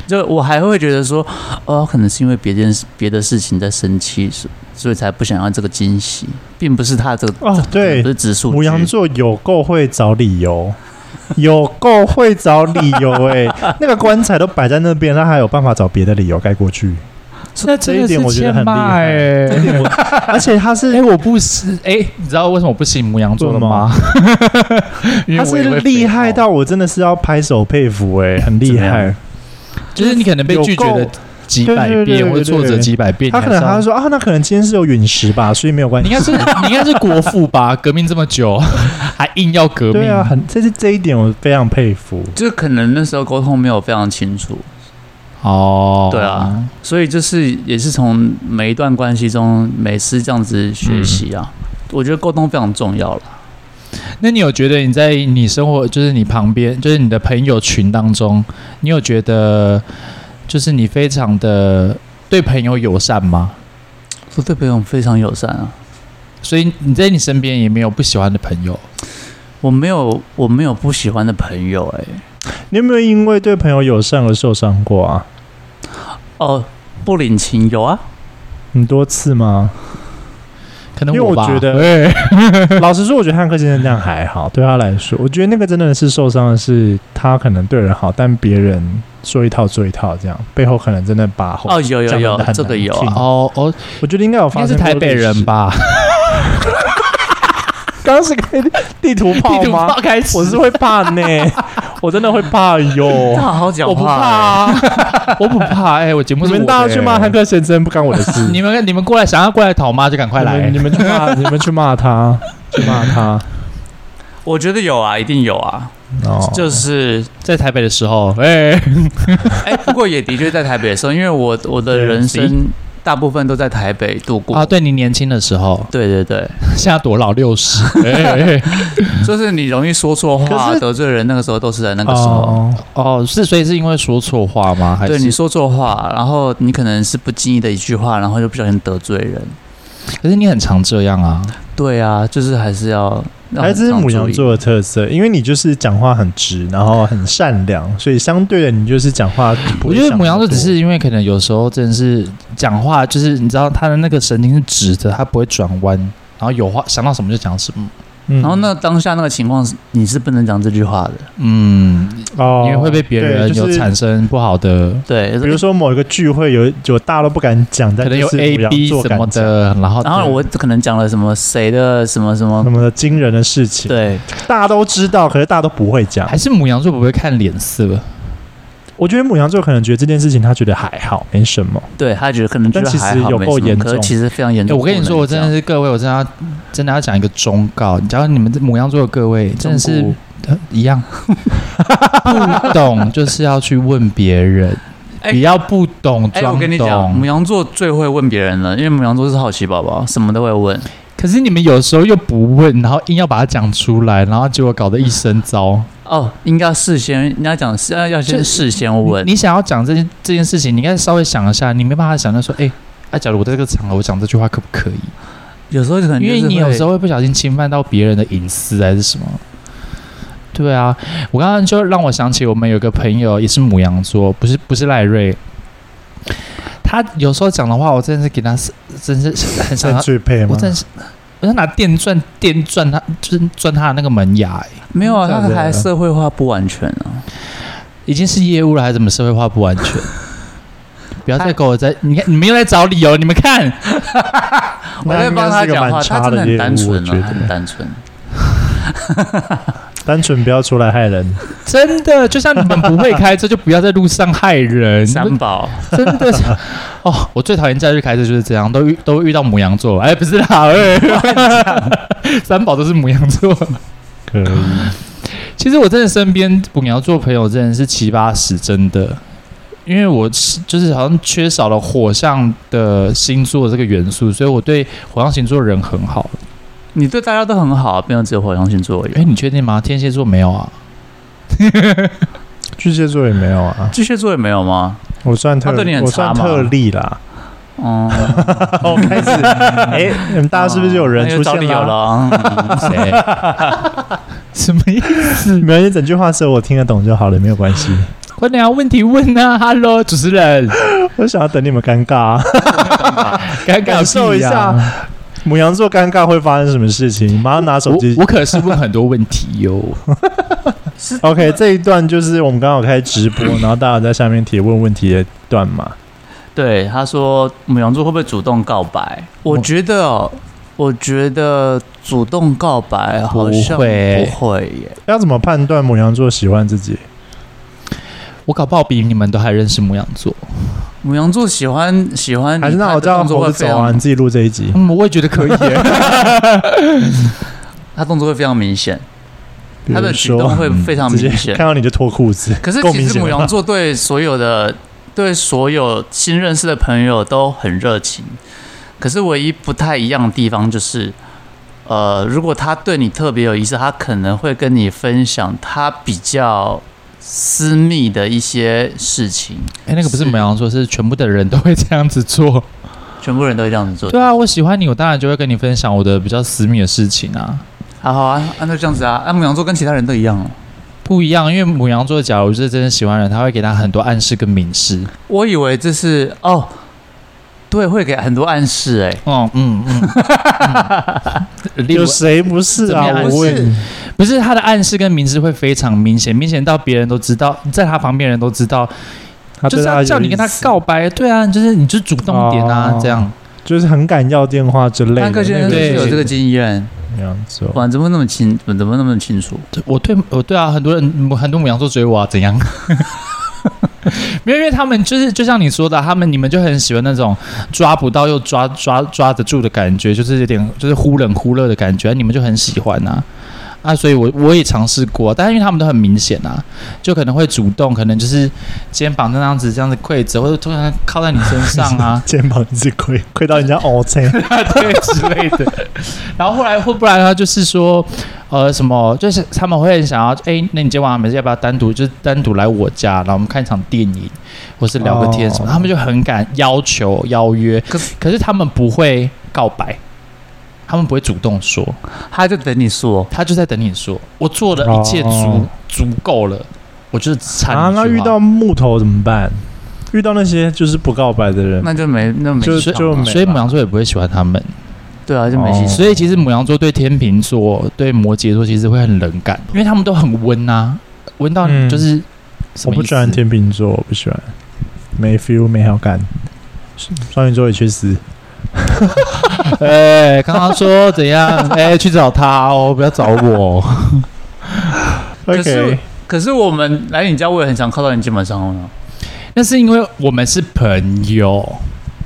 Speaker 3: 就我还会觉得说，哦，可能是因为别件事别的事情在生气，所所以才不想要这个惊喜，并不是他这个
Speaker 2: 哦，对
Speaker 3: 不，是指数据
Speaker 2: 母羊座有够会找理由， 有够会找理由 哎、那个棺材都摆在那边，他还有办法找别的理由盖过去。
Speaker 1: 那
Speaker 2: 这一点我觉得很厉害
Speaker 1: 哎、
Speaker 2: 这点我而且他
Speaker 1: 哎、
Speaker 2: 是
Speaker 1: 我不是 哎、你知道为什么我不信母羊座的吗？ 因为
Speaker 2: 他
Speaker 1: 我
Speaker 2: 是
Speaker 1: 也会
Speaker 2: 厉害
Speaker 1: 肥
Speaker 2: 到我真的是要拍手佩服哎、很厉
Speaker 3: 怎么
Speaker 2: 害
Speaker 3: 样。
Speaker 1: 毛，就是你可能被拒绝
Speaker 2: 有
Speaker 1: 了
Speaker 2: 够
Speaker 1: 几百
Speaker 2: 对对
Speaker 1: 遍
Speaker 2: 对对
Speaker 1: 或者挫折几百遍，
Speaker 2: 他可能
Speaker 1: 你
Speaker 2: 他
Speaker 1: 还
Speaker 2: 就是说啊，那可能今天是有陨石吧，所以没有关
Speaker 1: 要你
Speaker 2: 系
Speaker 1: 应。该是你应该是国父吧？革命这么久， 还硬要革命
Speaker 2: 对啊，很这是这一点我非常佩服。
Speaker 3: 就是可能那时候沟通没有非常清楚，
Speaker 1: 哦，
Speaker 3: 对啊，所以就是也是从每一段关系中每次这样子学习啊。
Speaker 2: 嗯
Speaker 3: 我觉得沟通非常重要了。
Speaker 1: 那你有觉得你在你生活，就是你旁边，就是你的朋友群当中，你有觉得就是你非常的对朋友友善吗？
Speaker 3: 我对朋友非常友善啊，
Speaker 1: 所以你在你身边也没有不喜欢的朋友，
Speaker 3: 我没有我没有不喜欢的朋友哎、
Speaker 2: 你有没有因为对朋友友善而受伤过啊？
Speaker 3: 哦，不领情有啊，
Speaker 2: 很多次吗？
Speaker 1: 可能
Speaker 2: 因为我
Speaker 1: 吧。
Speaker 2: 觉得
Speaker 1: 对，
Speaker 2: 老实说，我觉得汉克先生这样还好，对他来说，我觉得那个真的是受伤的是他可能对人好，但别人说一套做一套，这样背后可能真的把
Speaker 3: 哦，有有有，这个有 啊，
Speaker 1: 哦哦，
Speaker 2: 我觉得应该有
Speaker 1: 应
Speaker 2: 发
Speaker 1: 该是
Speaker 2: 生。
Speaker 1: 台北人？吧？
Speaker 2: 刚刚是开 地图炮
Speaker 1: 地图
Speaker 2: 吗
Speaker 1: 炮？开始，啊
Speaker 2: 我是会怕 呢，我真的会怕哟。
Speaker 3: 他好好讲
Speaker 2: 我不怕
Speaker 3: 话欸，
Speaker 2: 啊！
Speaker 1: 我不怕哎、我节目
Speaker 2: 你
Speaker 1: 是
Speaker 2: 们
Speaker 1: 我的
Speaker 2: 大家去骂汉克先生，不干我的事。
Speaker 1: 你们你们过来想要过来讨骂就赶快来
Speaker 2: 你，们你们去骂，你们去骂他，去骂他。
Speaker 3: 我觉得有啊，一定有啊，
Speaker 2: 哦，
Speaker 3: 就是
Speaker 1: 在台北的时候，哎、
Speaker 3: 哎，不过也的确在台北的时候，因为我我的
Speaker 2: 对
Speaker 3: 人生大部分都在台北度过
Speaker 1: 啊，。对你年轻的时候，
Speaker 3: 对对对，
Speaker 1: 现在多老六十、哎哎哎
Speaker 3: 就是你容易说错
Speaker 2: 可
Speaker 3: 话
Speaker 2: 是
Speaker 3: 得罪人，那个时候都是在那
Speaker 2: 那
Speaker 3: 个时候。
Speaker 1: 哦，是所以是因为说错话吗？还是
Speaker 3: 对你说错话，然后你可能是不经意的一句话，然后就不小心得罪人。
Speaker 1: 可是你很常这样啊，
Speaker 3: 对啊，就是还是要让
Speaker 2: 还是
Speaker 3: 让
Speaker 2: 母
Speaker 3: 注
Speaker 2: 羊
Speaker 3: 意
Speaker 2: 座的特色，因为你就是讲话很直，然后很善良，所以相对的你就是讲话不
Speaker 1: 我
Speaker 2: 会
Speaker 1: 觉
Speaker 2: 想那么多。
Speaker 1: 得母羊座只是因为可能有时候真的是讲话，就是你知道他的那个神经是直的，他不会转弯，然后有话想到什么就讲什么，
Speaker 2: 嗯，
Speaker 3: 然后那当下那个情况是，你是不能讲这句话的。
Speaker 1: 嗯，
Speaker 2: 哦，
Speaker 1: 因为会被别人
Speaker 2: 对就
Speaker 1: 有
Speaker 2: 是
Speaker 1: 产生不好的，
Speaker 3: 对，
Speaker 2: 比如说某一个聚会有有大家都不敢讲，但
Speaker 1: 可能有
Speaker 2: 就是
Speaker 1: A
Speaker 2: 母羊
Speaker 1: B
Speaker 2: 座
Speaker 1: 什么
Speaker 2: 敢讲
Speaker 1: 的，然后
Speaker 3: 然后我可能讲了什么谁的什么什么
Speaker 2: 什，么的惊人的事情，
Speaker 3: 对，
Speaker 2: 大家都知道，可是大家都不会讲
Speaker 1: 还。是母羊座不会看脸色，
Speaker 2: 我觉得母羊座可能觉得这件事情他觉得还好，没什么。
Speaker 3: 对他觉得可能觉
Speaker 2: 但
Speaker 3: 得
Speaker 2: 其实
Speaker 3: 还好，
Speaker 2: 有
Speaker 3: 没
Speaker 2: 够
Speaker 3: 什么
Speaker 2: 严
Speaker 3: 可是
Speaker 2: 重
Speaker 3: 其实非常严
Speaker 1: 欸
Speaker 3: 重。
Speaker 1: 我跟你说，我真的
Speaker 3: 是
Speaker 1: 是各位，我真的要真的要讲一个忠告。假如你们这母羊座的各位真的是
Speaker 3: 忠
Speaker 1: 呃一 样不懂，就是要去问别人，
Speaker 3: 哎
Speaker 1: 不要不懂
Speaker 3: 哎、
Speaker 1: 装
Speaker 3: 我跟你讲，
Speaker 1: 懂
Speaker 3: 母。羊座最会问别人了，因为母羊座是好奇宝宝，什么都会问。
Speaker 1: 可是你们有时候又不问，然后硬要把它讲出来，然后结果搞得一身糟。
Speaker 3: 哦，应该要事先，你要讲是要要
Speaker 1: 就
Speaker 3: 先事先问
Speaker 1: 你，你想要讲这件这件事情，你应该稍微想一下，你没办法想到说，哎、啊，假如我在这个场合我讲这句话可不可以？
Speaker 3: 有时候可能
Speaker 1: 因为你有时
Speaker 3: 候
Speaker 1: 候会不小心侵犯到别人的隐私还是什么。对啊，我刚刚就让我想起我们有个朋友也是母羊座，不是不是赖瑞，他有时候讲的话，我真的是给他，真是很想
Speaker 2: 在
Speaker 1: 要，
Speaker 2: 最配
Speaker 1: 我
Speaker 2: 吗？
Speaker 1: 真是。我要拿电钻，电钻他就是钻他的那个门牙、欸
Speaker 3: 没有啊，他
Speaker 2: 真的
Speaker 3: 还社会化不完全啊。
Speaker 1: 已经是业务了，还怎么社会化不完全？ 不要再给我在，你看你们又在找理哦由，你们看，
Speaker 3: 我
Speaker 2: 那
Speaker 3: 在
Speaker 2: 应
Speaker 3: 帮
Speaker 2: 该
Speaker 3: 他
Speaker 2: 是个
Speaker 3: 讲话，
Speaker 2: 蛮
Speaker 3: 他
Speaker 2: 差
Speaker 3: 真的
Speaker 2: 的业务，
Speaker 3: 很单
Speaker 2: 我
Speaker 3: 纯
Speaker 2: 觉
Speaker 3: 啊，很
Speaker 2: 得
Speaker 3: 单纯。
Speaker 2: 单纯不要出来害人。
Speaker 1: 真的就像你们不会开车，就不要在路上害 人，
Speaker 3: 三宝，
Speaker 1: 真的是 哦，我最讨厌假日开车就是这样，都遇都遇到母羊座，哎，不 是啦，哎三宝都是母羊座。
Speaker 2: 可以，
Speaker 1: 其实我真的身边母羊座朋友真的是七八十，真的，因为我是就是好像缺少了火象的星座这个元素，所以我对火象星座人很好。
Speaker 3: 你对大家都很好，不用只有火象星座而
Speaker 1: 哎，
Speaker 3: 已。
Speaker 1: 你确定吗？天蝎座没有啊？
Speaker 2: 巨蟹座也没有啊。
Speaker 3: 巨蟹座也没有吗？
Speaker 2: 我算特，
Speaker 3: 他对你很
Speaker 2: 我
Speaker 3: 差
Speaker 2: 算
Speaker 3: 吗
Speaker 2: 特例 啦。
Speaker 3: 哦，
Speaker 2: 我开始，哎，你们大家是不是有人
Speaker 3: 那
Speaker 2: 出
Speaker 3: 就哎找
Speaker 2: 现
Speaker 3: 理由了？ 啊？
Speaker 1: 谁？ 什么意思？
Speaker 2: 没有，你整句话只有我听得懂就好了，没有关系。
Speaker 1: 快点啊！问题问啊！Hello，主持 人，
Speaker 2: 我想要等你们尴尬啊，
Speaker 1: 感
Speaker 2: 感受一下母羊座尴尬会发生什么事情，马上拿手
Speaker 1: 我
Speaker 2: 机
Speaker 1: 我可是问很多问题哟、
Speaker 2: OK，这一段就是我们刚好开直 播，然后大家在下面提问问题的段嘛。
Speaker 3: 对，他说母羊座会不会主动告白？我觉得哦，我觉得主动告白好像
Speaker 1: 不会
Speaker 3: 不会耶。
Speaker 2: 要怎么判断母羊座喜欢自己？
Speaker 1: 我搞不好比你们都还认识母羊座，
Speaker 3: 母羊座喜欢喜欢你
Speaker 2: 还是那我
Speaker 3: 他的
Speaker 2: 叫
Speaker 3: 动作
Speaker 2: 猴
Speaker 3: 会
Speaker 2: 子
Speaker 3: 非
Speaker 2: 走啊，
Speaker 3: 常
Speaker 2: 你，自己录这一集。
Speaker 1: 嗯，我也觉得可以 耶。
Speaker 3: 他动作会非常明显，
Speaker 2: 比
Speaker 3: 他的
Speaker 2: 如
Speaker 3: 举动
Speaker 2: 说，
Speaker 3: 会非 常
Speaker 2: 直接
Speaker 3: 明显
Speaker 2: 看。到你就脱裤子，
Speaker 3: 可是
Speaker 2: 够
Speaker 3: 其
Speaker 2: 明
Speaker 3: 实
Speaker 2: 显
Speaker 3: 母
Speaker 2: 了
Speaker 3: 羊座对所有的对所有新认识的朋友都很热情，可是唯一不太一样的地方就是，呃，如果他对你特别有意思，他可能会跟你分享他比较私密的一些事情。
Speaker 1: 哎、那个不是母羊座，是全部的人都会这样子做。
Speaker 3: 全部人都会这样子做，
Speaker 1: 对啊，我喜欢你，我当然就会跟你分享我的比较私密的事情啊。
Speaker 3: 好好啊，按照这样子啊，啊，母羊座跟其他人都一样哦。
Speaker 1: 不一样，因为母羊座，假如是真的喜欢人，他会给他很多暗示跟明示。
Speaker 3: 我以为这是哦，对，会给很多暗示哎、
Speaker 1: 哦，嗯嗯，嗯例如
Speaker 2: 有谁不是
Speaker 1: 怎么
Speaker 2: 啊？
Speaker 1: 样
Speaker 2: 我
Speaker 3: 不
Speaker 2: 问
Speaker 3: 是
Speaker 2: 你，
Speaker 1: 不是他的暗示跟明示会非常明显，明显到别人都知道，在他旁边人都知道，
Speaker 2: 他
Speaker 1: 就
Speaker 2: 对
Speaker 1: 是
Speaker 2: 他
Speaker 1: 要叫
Speaker 2: 有
Speaker 1: 你跟他
Speaker 2: 意思，
Speaker 1: 告白，对啊，就是你就主动一点啊，
Speaker 2: 哦
Speaker 1: 这样。
Speaker 2: 就是很敢要电话之类的。
Speaker 3: 安克先
Speaker 2: 那
Speaker 3: 生
Speaker 2: 个
Speaker 1: 对
Speaker 3: 是有这个经验，
Speaker 2: 那样 子哦，，
Speaker 3: 哇，怎么那么清，怎么那么清楚？
Speaker 1: 我对我对啊，很多人很多母羊座追我啊，怎样？ 没有，因为他们就是就像你说的啊，他们你们就很喜欢那种抓不到又抓抓抓得住的感觉，就是有点就是忽冷忽热的感觉，你们就很喜欢呐、啊。所以我我也尝试过，啊但是因为他们都很明显啊，就可能会主动，可能就是肩膀那样子这样子跪着，或者突然靠在你身上啊
Speaker 2: 肩膀一直亏亏到人家 O C，
Speaker 1: 对之类的。 然后后来或不然他就是说，呃，什么就是他们会很想要，哎、那你今晚没事要不要单独就是单独来我家，然后我们看一场电影，或是聊个天什么，
Speaker 2: 哦
Speaker 1: 他们就很敢要求邀约，
Speaker 3: 可是
Speaker 1: 可是他们不会告白。他们不会主动说，
Speaker 3: 他就等你说，
Speaker 1: 他就在等你说。我做的一切足、
Speaker 2: 哦
Speaker 1: 足够了，我就是惨。
Speaker 2: 啊，那遇到木头怎么办？遇到那些就是不告白的
Speaker 1: 嗯
Speaker 2: 人，
Speaker 3: 那就没那没
Speaker 2: 就
Speaker 3: 戏唱
Speaker 2: 就
Speaker 3: 了
Speaker 2: 没
Speaker 1: 所以母羊座也不会喜欢他们。
Speaker 3: 对啊，就没
Speaker 2: 哦
Speaker 3: 戏。
Speaker 1: 所以其实母羊座对天秤座、对摩羯座其实会很冷感，因为他们都很温啊，温到
Speaker 2: 嗯
Speaker 1: 就是、什
Speaker 2: 我
Speaker 1: 么意思
Speaker 2: 不喜欢天秤座，我不喜欢，没 feel 没好感。双鱼座也去死，
Speaker 1: 哎，刚刚说怎样？ 哎，去找他哦，不要找我。
Speaker 3: 可是
Speaker 2: OK，
Speaker 3: 可是我们来你家，我也很想靠到你肩膀上哦。
Speaker 1: 那是因为我们是朋友，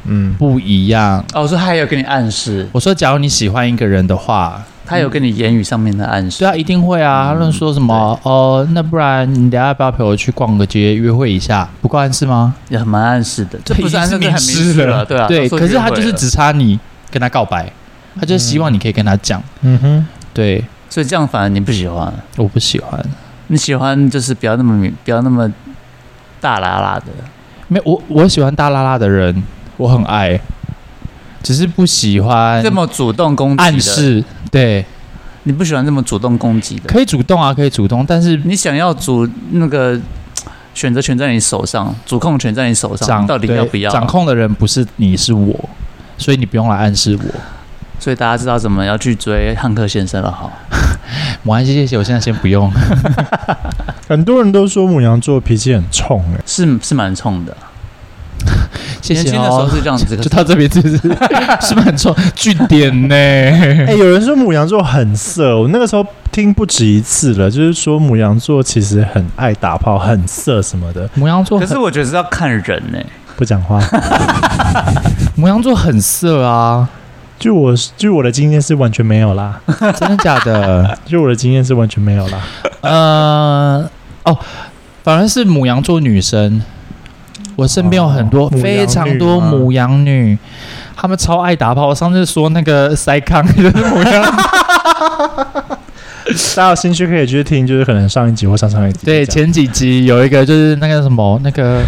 Speaker 2: 嗯，
Speaker 1: 不一样。
Speaker 3: 哦，我说他也有给你暗示，
Speaker 1: 我说，假如你喜欢一个人的话，
Speaker 3: 他有给你言语上面的暗示
Speaker 1: 对。啊，一定会啊。他们说什么？哦，那不然你等下要不要陪我去逛个街，约会一下？不够暗示吗？
Speaker 3: 也很蛮暗示的，这不是暗示，
Speaker 1: 已经是
Speaker 3: 这很
Speaker 1: 明
Speaker 3: 明
Speaker 1: 示
Speaker 3: 示了，对啊，
Speaker 1: 对，
Speaker 3: 都说
Speaker 1: 可是他
Speaker 3: 约会
Speaker 1: 就是
Speaker 3: 了
Speaker 1: 只差你跟他告白，他就是希望你可以跟他讲。
Speaker 2: 嗯哼，
Speaker 1: 对，
Speaker 3: 所以这样反而你不喜欢，
Speaker 1: 我不喜欢。
Speaker 3: 你喜欢就是不要那么明，不要那么大啦啦的，
Speaker 1: 没有，我我喜欢大拉拉的人，我很爱，只是不喜欢
Speaker 3: 这么主动攻击的
Speaker 1: 嗯暗，示。对，
Speaker 3: 你不喜欢这么主动攻击的，
Speaker 1: 可以主动啊，可以主动，但是
Speaker 3: 你想要主那个嘖选择权在你手上，主控权在你手上，
Speaker 1: 掌
Speaker 3: 你到底要不
Speaker 1: 对
Speaker 3: 要？
Speaker 1: 掌控的人不是你，是我，所以你不用来暗示我。
Speaker 3: 所以大家知道怎么要去追汉克先生了哈。
Speaker 1: 没关系，谢谢，我现在先不 用。
Speaker 2: 很多人都说母羊座脾气很冲、欸，
Speaker 3: 是是蛮冲的，
Speaker 1: 谢
Speaker 3: 年
Speaker 1: 谢
Speaker 3: 轻的时候
Speaker 1: 哦。
Speaker 3: 是这样子，可
Speaker 1: 就是到这边，是不是 是不是很重据点呢、
Speaker 2: 哎、有人说母羊座很色，我那个时候听不止一次了，就是说母羊座其实很爱打炮，很色什么的，
Speaker 1: 母羊座
Speaker 3: 可是
Speaker 1: 很，
Speaker 3: 我觉得是要看人呢、
Speaker 2: 不讲话。
Speaker 1: 母羊座很色啊，
Speaker 2: 据我据我的经验是完全没有啦，
Speaker 1: 真的假的？
Speaker 2: 据我的经验是完全没有啦。
Speaker 1: 呃，哦，反而是母羊座女生，我身边有很多、
Speaker 2: 哦母羊女
Speaker 1: 非常多
Speaker 2: 吗
Speaker 1: 母羊女，她们超爱打炮。我上次说那个塞康 就是母 羊，
Speaker 2: 大家有兴趣可以去听，就是可能上一集或上上一集。
Speaker 1: 对，前几集有一个就是那个什么那个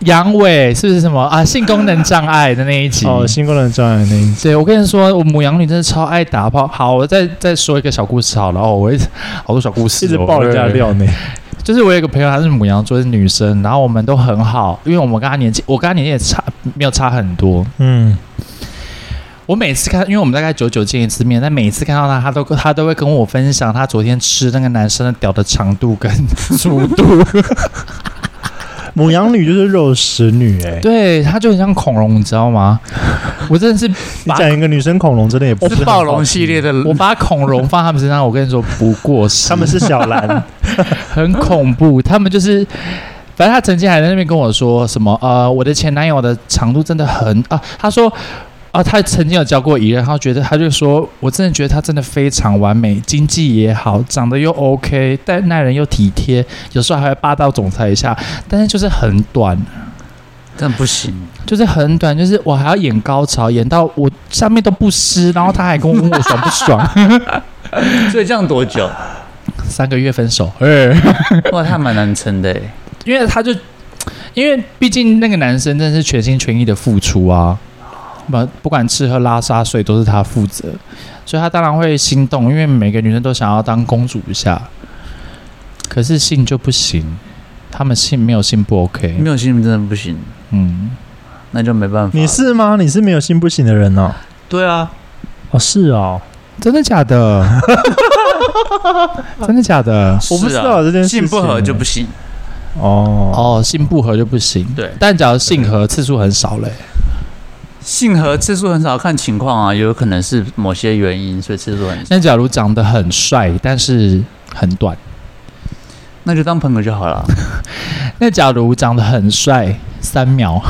Speaker 1: 阳痿是不是什么啊性功能障碍的那一集？
Speaker 2: 哦，新功能障碍那一集，
Speaker 1: 对，我跟你说，我母羊女真的超爱打炮。好，我再再说一个小故事好了。哦，我一直好多小故事、
Speaker 2: 一
Speaker 1: 哦，
Speaker 2: 直爆人家
Speaker 1: 对
Speaker 2: 料呢。
Speaker 1: 就是我有一个朋友，她是母羊座，是女生，然后我们都很好，因为我们跟她年纪，我跟她年纪也差没有差很多。
Speaker 2: 嗯，
Speaker 1: 我每次看，因为我们大概久久见一次面，但每次看到她，她都她都会跟我分享她昨天吃那个男生的屌的长度跟 粗度，
Speaker 2: 母羊女就是肉食女哎、
Speaker 1: 对，她就很像恐龙，你知道吗？我真的是
Speaker 2: 你
Speaker 1: 把
Speaker 2: 讲一个女生恐龙真的也不
Speaker 3: 是
Speaker 2: 很
Speaker 3: 暴
Speaker 2: 好
Speaker 3: 龙系列的，
Speaker 1: 我把恐龙放在他们身上，我跟你说不过时，
Speaker 2: 他们是小兰，
Speaker 1: 很恐怖，他们就是。反正他曾经还在那边跟我说什么，呃，我的前男友的长度真的很啊，他说啊，他曾经有交过一任，他觉得他就说，我真的觉得他真的非常完美，经济也好，长得又 OK，但耐人又体贴，有时候还会霸道总裁一下，但是就是很短，
Speaker 3: 但不行。
Speaker 1: 就是很短，就是我还要演高潮，演到我下面都不湿，然后他还跟我问我爽不爽，
Speaker 3: 所以这样多久？
Speaker 1: 三个月分手，
Speaker 3: 哇，他蛮难撑的欸。
Speaker 1: 因为他就，因为毕竟那个男生真的是全心全意的付出啊，不不管吃喝拉撒睡都是他负责，所以他当然会心动，因为每个女生都想要当公主一下，可是性就不行，他们性没有性不 OK，
Speaker 3: 没有信心真的不行，
Speaker 1: 嗯，
Speaker 3: 那就没办法。
Speaker 2: 你是吗？你是没有性不行的人哦。
Speaker 3: 对啊，
Speaker 2: 哦，是哦，
Speaker 1: 真的假的？
Speaker 4: 真的假的？
Speaker 2: 我不知
Speaker 3: 是啊
Speaker 2: 道这件事情哎
Speaker 3: 性不合就不行。
Speaker 2: 哦，
Speaker 1: 哦，性不合就不行。
Speaker 3: 对
Speaker 1: 但假如性合次数很少嘞、
Speaker 3: 性合次数很少，看情况啊，有可能是某些原因，所以次数很少，
Speaker 1: 那假如长得很帅，但是很短；
Speaker 3: 那就当朋友就好了，
Speaker 1: 那假如长得很帅，三秒，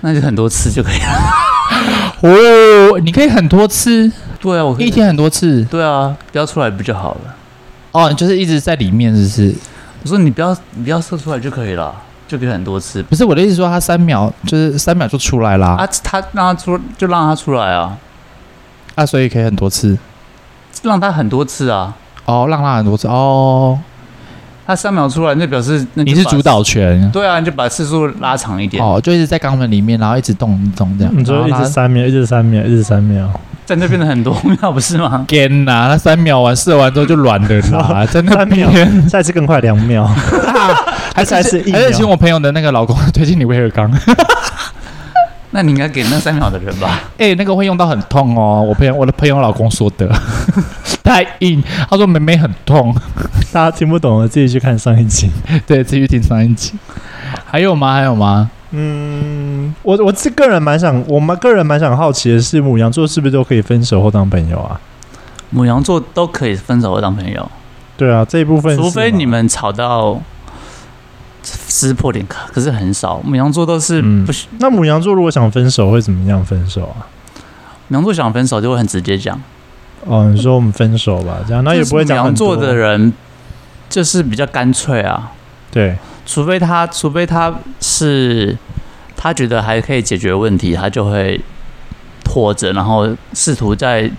Speaker 3: 那就很多次就可以了。
Speaker 1: 哦，你可以很多次，
Speaker 3: 对啊，我可以
Speaker 1: 一天很多次
Speaker 3: 对啊，不要出来不就好了？
Speaker 1: 哦，你就是一直在里面，是不是？
Speaker 3: 我说你不要你不要射出来就可以了，就可以很多次
Speaker 1: 不是我的意思，说他三秒就是三秒就出来啦，
Speaker 3: 啊。
Speaker 1: 啊
Speaker 3: 他让他出就让他出来啊，
Speaker 1: 所以可以很多次
Speaker 3: 让他很多次啊。
Speaker 1: 哦，让他很多次哦，
Speaker 3: 他三秒出来，那表示那就
Speaker 1: 你是
Speaker 3: 把
Speaker 1: 主导权
Speaker 3: 对啊，你就把次数拉长一点，
Speaker 1: 哦，就一直在肛门里面，然后一直动嗯一直动这样，
Speaker 2: 你说
Speaker 1: 然
Speaker 2: 一
Speaker 1: 后
Speaker 2: 直
Speaker 1: 他
Speaker 2: 三秒，一直三秒，一直三秒，
Speaker 3: 在那边的很多妙不是吗？
Speaker 1: 干呐、那三秒完射完之后就软了啦，真 的
Speaker 2: 三秒，下一次更快两秒，
Speaker 1: 还是
Speaker 2: 下一次一秒
Speaker 1: 还是请我朋友的那个老公 推荐你威尔刚，
Speaker 3: 那你应该给那三秒的人吧。
Speaker 1: 哎、那个会用到很痛哦，我朋友我的朋友老公说的， 太硬，他说妹妹很痛，
Speaker 2: 大家听不懂的自己去看上一集。
Speaker 1: 对，继续听上一集，还有吗？还有吗？
Speaker 2: 嗯，我我这个人蛮想，我们个人蛮想好奇的是，母羊座是不是都可以分手后当朋友啊？
Speaker 3: 母羊座都可以分手后当朋友，
Speaker 2: 对啊，这一部分是吗，
Speaker 3: 除非你们吵到撕破脸，可可是很少。母羊座都是
Speaker 2: 嗯
Speaker 3: 不喜，
Speaker 2: 那母羊座如果想分手会怎么样分手啊？
Speaker 3: 母羊座想分手就会很直接讲。
Speaker 2: 哦，你说我们分手吧，这样那也不会
Speaker 3: 就是母
Speaker 2: 讲
Speaker 3: 羊
Speaker 2: 很多
Speaker 3: 座的人就是比较干脆啊，
Speaker 2: 对，
Speaker 3: 除非他，除非他是他觉得还可以解决问题，他就会拖着，然后试图再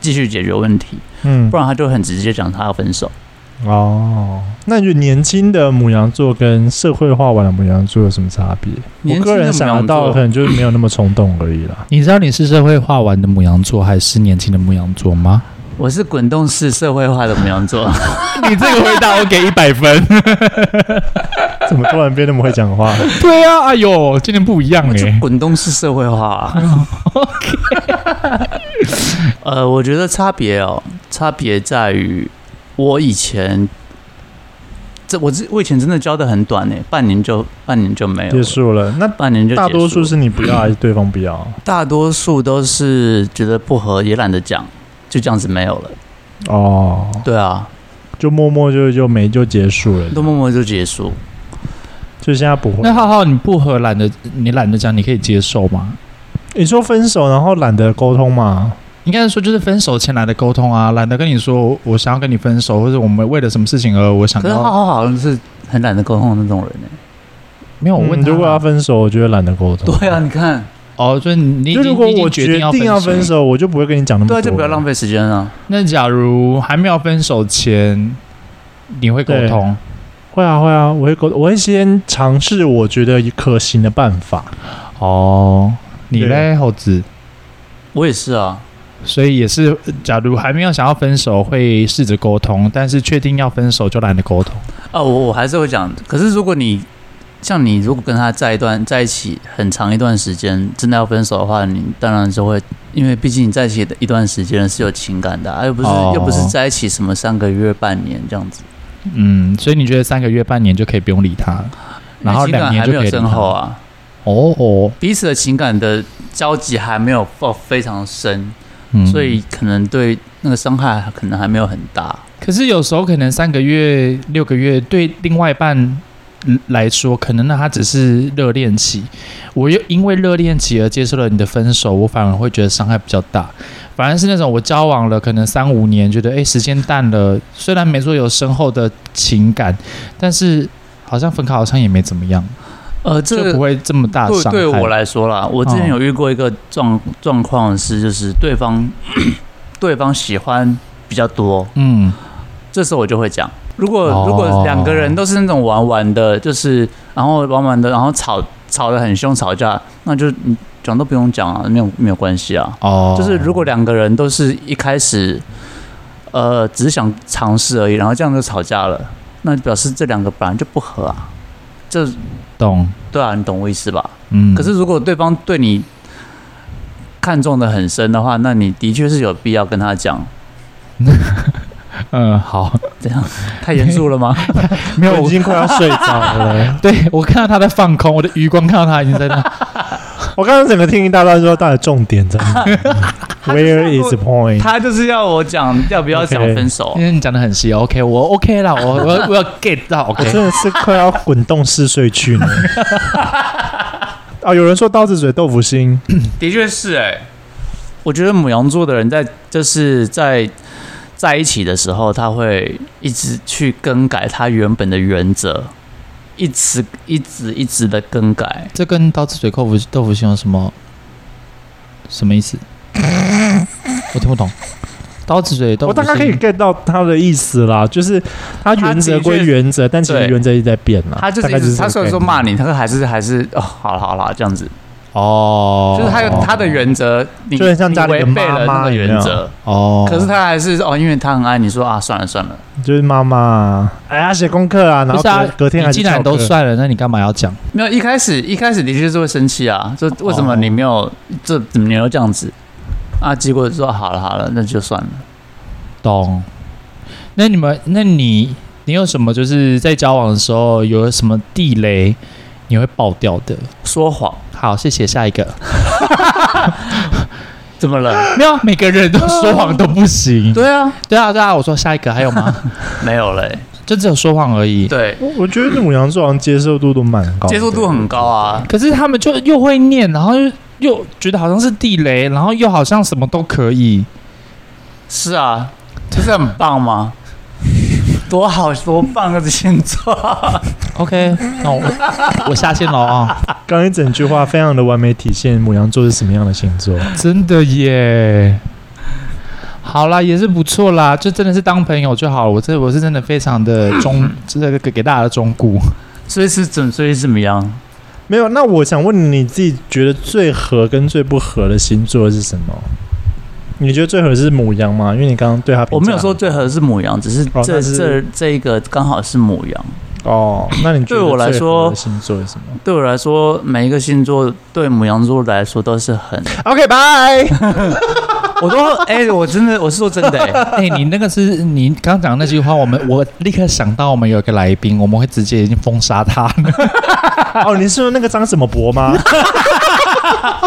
Speaker 3: 继续解决问题，
Speaker 2: 嗯
Speaker 3: 不，然他就很直接讲他要分手。
Speaker 2: 哦，那你觉得年轻的母羊座跟社会化完的母羊座有什么差别？
Speaker 3: 年
Speaker 2: 我
Speaker 3: 轻
Speaker 2: 个
Speaker 3: 的
Speaker 2: 人想得
Speaker 3: 母
Speaker 2: 到
Speaker 3: 羊
Speaker 2: 的可
Speaker 3: 座
Speaker 2: 能就是没有那么冲动而已 啦。
Speaker 1: 你知道你是社会化完的母羊座还是年轻的母羊座吗？
Speaker 3: 我是滚动式社会化的母羊座，
Speaker 1: 你这个回答我给一百分。
Speaker 2: 怎么突然变那么会讲话？
Speaker 1: 对啊，哎呦，今天不一样
Speaker 3: 我
Speaker 1: 哎、
Speaker 3: 就滚动式社会化、啊。呃，我觉得差别哦，差别在于我以前。这我这我以前真的教的很短呢，欸半年就半年就没有
Speaker 2: 结
Speaker 3: 了，
Speaker 2: 束了，那
Speaker 3: 半年就
Speaker 2: 大
Speaker 3: 结束
Speaker 2: 多数
Speaker 3: 了
Speaker 2: 是你不要还是对方不要？
Speaker 3: 大多数都是觉得不合，也懒得讲，就这样子没有了。
Speaker 2: 哦，
Speaker 3: 对啊，
Speaker 2: 就默默就就没就结束了，
Speaker 3: 都默默就结束。
Speaker 2: 就现在不会
Speaker 1: 那。浩浩，你不和懒得你懒得讲，你可以接受吗？
Speaker 2: 你说分手，然后懒得沟通嘛？
Speaker 1: 应该是说，就是分手前来的沟通啊，懒得跟你说我想要跟你分手，或者我们为了什么事情而我想
Speaker 3: 可是浩
Speaker 1: 要
Speaker 3: 浩好像是很懒得沟通的那种人呢、
Speaker 1: 没有我
Speaker 2: 嗯
Speaker 1: 问他、
Speaker 2: 如果要分手，我觉得懒得沟通。
Speaker 3: 对啊，你看，
Speaker 1: 哦，就是你已
Speaker 2: 就
Speaker 1: 经
Speaker 2: 如果
Speaker 1: 你已经
Speaker 2: 我
Speaker 1: 决
Speaker 2: 决定
Speaker 1: 定
Speaker 2: 要
Speaker 1: 分
Speaker 2: 分，手，我就不会跟你讲那么多
Speaker 3: 对啊，
Speaker 2: 了。
Speaker 3: 就不要浪费时间啊。
Speaker 1: 那假如还没有分手前，你会沟
Speaker 2: 对
Speaker 1: 通？
Speaker 2: 会啊会啊，我会沟，我会先尝试我觉得可行的办法。
Speaker 1: 哦，你
Speaker 2: 对
Speaker 1: 嘞，猴子，
Speaker 3: 我也是啊，
Speaker 1: 所以也是，假如还没有想要分手，会试着沟通，但是确定要分手就懒得沟通。
Speaker 3: 啊，我我还是会讲。可是如果你像你如果跟他在一段在一起很长一段时间，真的要分手的话，你当然就会，因为毕竟你在一起的一段时间是有情感的、啊，又不是、
Speaker 1: 哦
Speaker 3: 又不是在一起什么三个月、半年这样子，
Speaker 1: 嗯，所以你觉得三个月、半年就可以不用理他？然后
Speaker 3: 因为情
Speaker 1: 两
Speaker 3: 感
Speaker 1: 年
Speaker 3: 还没
Speaker 1: 就可
Speaker 3: 有
Speaker 1: 以
Speaker 3: 深厚啊。
Speaker 1: 哦哦，
Speaker 3: 彼此的情感的交集还没有到非常深，
Speaker 1: 嗯
Speaker 3: 所以可能对那个伤害可能还没有很大。
Speaker 1: 可是有时候可能三个月、六个月对另外一半嗯来说，可能那他只是热恋期。我又因为热恋期而接受了你的分手，我反而会觉得伤害比较大。反而是那种我交往了可能三五年，觉得诶时间淡了，虽然没说有深厚的情感，但是好像分开好像也没怎么样，
Speaker 3: 呃，
Speaker 1: 就
Speaker 3: 这个
Speaker 1: 不会这么大
Speaker 3: 对
Speaker 1: 伤害。
Speaker 3: 对我来说啦，我之前有遇过一个状状况是，就是对方 对方喜欢比较多，
Speaker 1: 嗯，
Speaker 3: 这时候我就会讲。如果
Speaker 1: 哦
Speaker 3: 如果两个人都是那种玩玩的，就是然后玩玩的，然后吵吵得很凶，吵架，那就你讲都不用讲啊，没有没有关系啊。
Speaker 1: 哦，
Speaker 3: 就是如果两个人都是一开始，呃，只是想尝试而已，然后这样就吵架了，那表示这两个本来就不合啊。这
Speaker 1: 懂，
Speaker 3: 对啊，你懂我意思吧？
Speaker 1: 嗯，
Speaker 3: 可是如果对方对你看中的很深的话，那你的确是有必要跟他讲，
Speaker 1: 嗯， 好，
Speaker 3: 太严肃 了吗？
Speaker 1: 没有，
Speaker 2: 我已
Speaker 1: 我
Speaker 2: 经快要睡着 了。
Speaker 1: 对我看到他在放空，我的余光看到他已经在那。
Speaker 2: 我刚刚整个听一大段说，到底重点在哪里？Where is the point？
Speaker 3: 他就是要我讲要不要讲分手啊
Speaker 1: 因。为你讲的很细，OK，我 OK 啦，我我我要 get 到
Speaker 2: 我
Speaker 1: OK，
Speaker 2: 真的是快要滚动嗜睡去呢。哦，有人说刀子嘴豆腐心，
Speaker 3: 的确是哎、我觉得母羊座的人在就是在在一起的时候，他会一直去更改他原本的原则，一直一直一直的更改。
Speaker 1: 这跟刀子嘴豆腐豆腐心有什么什么意思？我听不懂。刀子嘴豆
Speaker 2: 我
Speaker 1: 腐
Speaker 2: 大
Speaker 1: 心，
Speaker 2: 概可以 get 到他的意思啦，就是他原则归原则，但其实
Speaker 3: 对
Speaker 2: 原则一直在变啦。
Speaker 3: 他就是
Speaker 2: 大概
Speaker 3: 一
Speaker 2: 是
Speaker 3: 直，
Speaker 2: 这
Speaker 3: 他
Speaker 2: 个
Speaker 3: 虽然说骂你，他还是还是哦，好了好了这样子，
Speaker 1: 哦，
Speaker 3: 就是他有他的原则，你
Speaker 2: 就很像家
Speaker 3: 你
Speaker 2: 里的
Speaker 3: 违背了
Speaker 2: 妈妈
Speaker 3: 那个
Speaker 2: 有没有
Speaker 3: 原则，
Speaker 1: 哦，
Speaker 3: 可是他还是哦，因为他很爱你说啊，算了算了，
Speaker 2: 概念就是妈妈，哎呀写功课啊，然后
Speaker 1: 不是啊
Speaker 2: 隔隔天还
Speaker 1: 你
Speaker 2: 是
Speaker 1: 既然
Speaker 2: 翘课
Speaker 1: 都算了，那你干嘛要讲？
Speaker 3: 没有一开始一开始的确是会生气啊，说为什么你没有、这怎么你要这样子啊？结果说好了好了，那就算了。
Speaker 1: 懂？那你们，那你你有什么就是在交往的时候有什么地雷你会爆掉的？
Speaker 3: 说谎
Speaker 1: 好，谢谢，下一个。
Speaker 3: 怎么了？
Speaker 1: 没有，每个人都说谎都不行。
Speaker 3: 对啊，
Speaker 1: 对啊，对啊，我说下一个还有吗？
Speaker 3: 没有嘞、
Speaker 1: 就只有说谎而已。
Speaker 3: 对，
Speaker 2: 我我觉得母羊座好像接受度都蛮高的，
Speaker 3: 接受度很高啊。
Speaker 1: 可是他们就又会念，然后又又觉得好像是地雷，然后又好像什么都可以。
Speaker 3: 是啊，就是很棒吗？多好多棒啊！这星座，
Speaker 1: OK，那我 我下线了啊、
Speaker 2: 刚刚一整句话非常的完美体现母羊座是什么样的星 座。
Speaker 1: 真的耶。好啦，也是不错啦，就真的是当朋友就好了。我这我是真的非常的忠， 这个给给大家的忠顾。
Speaker 3: 所以是怎所以是怎么样？
Speaker 2: 没有，那我想问你，你自己觉得最合跟最不合的星座是什么？你觉得最合是母羊吗？因为你刚刚对他评价
Speaker 3: 我没有说最合的是母羊，只是
Speaker 2: 哦
Speaker 3: 这、
Speaker 2: 但是
Speaker 3: 这这一个刚好是母羊。
Speaker 2: 哦，那你觉得
Speaker 3: 对我来说
Speaker 2: 最合的星座是什么
Speaker 3: 对我来说，每一个星座对母羊座来说都是很，
Speaker 2: ？OK，拜。
Speaker 3: 我都哎、我真的我是说真的、哎
Speaker 1: 哎、你那个是你刚刚讲的那句话，我们我立刻想到我们有一个来宾，我们会直接已经封杀他了。
Speaker 2: 哦，你是说那个张什么博吗？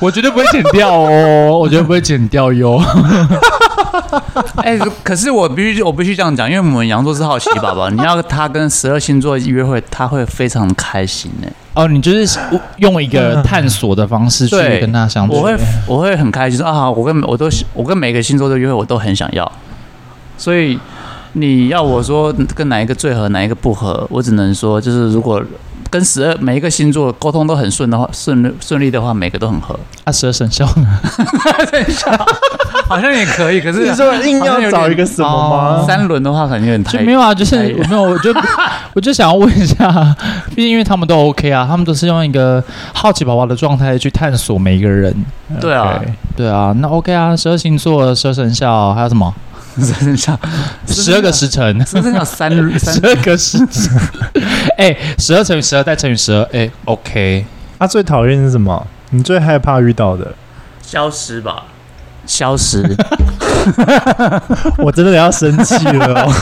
Speaker 1: 我绝对不会剪掉哦，我绝对不会剪掉哟。
Speaker 3: 哎、可是我必须我必须这样讲，因为母羊座是好奇宝宝，你要他跟十二星座约会，他会非常开心哎、
Speaker 1: 哦，你就是用一个探索的方式去
Speaker 3: 嗯对
Speaker 1: 跟他相处。
Speaker 3: 我会我会很开心说啊，我跟我都我跟每个星座的约会我都很想要，所以你要我说跟哪一个最合，哪一个不合，我只能说就是如果跟十二每一个星座沟通都很顺的话，顺顺利的话，每个都很合，
Speaker 1: 啊，十二生肖呢？
Speaker 3: 好像也可以，可
Speaker 2: 你
Speaker 3: 是啊
Speaker 2: 说硬要找一个什么吗？
Speaker 3: 哦三轮的话肯定有点
Speaker 1: 就
Speaker 3: 太
Speaker 1: 没有啊，就是
Speaker 3: 太
Speaker 1: 没有，我就 我就想要问一下，毕竟因为他们都 OK 啊，他们都是用一个好奇宝宝的状态去探索每一个人。
Speaker 3: 对啊
Speaker 2: OK，
Speaker 1: 对啊，那 OK 啊，十二星座、十二生肖，还有什么？
Speaker 3: 身上
Speaker 1: 十二个时辰，
Speaker 3: 身上有三 三
Speaker 1: 十二个时辰。 哎、十二乘以十二再乘以十二，哎，OK。
Speaker 2: 他最讨厌是什么？你最害怕遇到 的？
Speaker 3: 消失吧，消失。
Speaker 2: 我真的要生气了哦，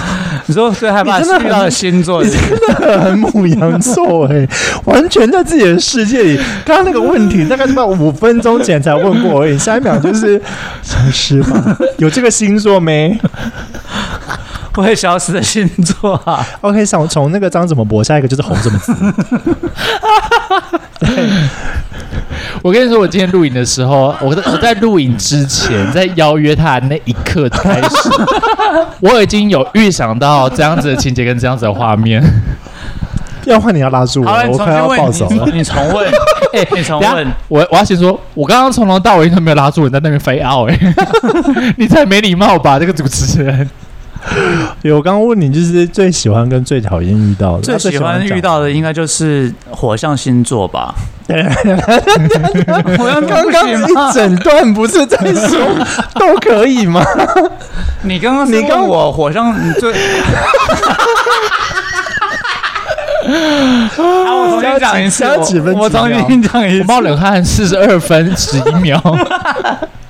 Speaker 3: 你说最害怕
Speaker 2: 你真的很
Speaker 3: 遇到的星座是不是
Speaker 2: 很母羊座哎，完全在自己的世界里。刚刚那个问题大概是到五分钟前才问过而已，下一秒就是消失 吧？有这个星座没
Speaker 3: 会消失的星座 啊？
Speaker 2: ？OK，想从那个张怎么博，下一个就是红怎么子。
Speaker 1: 我跟你说，我今天录影的时候，我在我在录影之前，在邀约他的那一刻开 始，我已经有预想到这样子的情节跟这样子的画面。
Speaker 2: 要换你要拉住我
Speaker 3: 好了，
Speaker 2: 了，
Speaker 3: 你
Speaker 2: 我
Speaker 3: 重
Speaker 2: 快要
Speaker 3: 新
Speaker 2: 暴
Speaker 3: 问，
Speaker 2: 走
Speaker 3: 你
Speaker 2: 了。
Speaker 3: 你重 问，
Speaker 1: 哎
Speaker 3: 你重
Speaker 1: 等一
Speaker 3: 问
Speaker 1: 下，我我要先说，我刚刚从头到尾都没有拉住你在那边飞 out，哎、 你太没礼貌吧，这个主持人。
Speaker 2: 对，我刚刚问你就是最喜欢跟最讨厌遇到的，啊
Speaker 3: 最
Speaker 2: 他
Speaker 3: 喜欢
Speaker 2: 讲
Speaker 3: 遇到的应该就是火象星座吧？ 火象座
Speaker 2: 刚
Speaker 3: 不
Speaker 2: 刚
Speaker 3: 行吗
Speaker 2: 一整段不是在说都可以吗？
Speaker 3: 你刚刚
Speaker 2: 你
Speaker 3: 你
Speaker 2: 刚
Speaker 3: 跟我火象你 最。啊！我重新讲一次，
Speaker 2: 想要几分
Speaker 3: 我我
Speaker 2: 几秒
Speaker 3: 重新讲一
Speaker 1: 我
Speaker 3: 次。
Speaker 1: 冒冷汗 啊四十二分十一秒。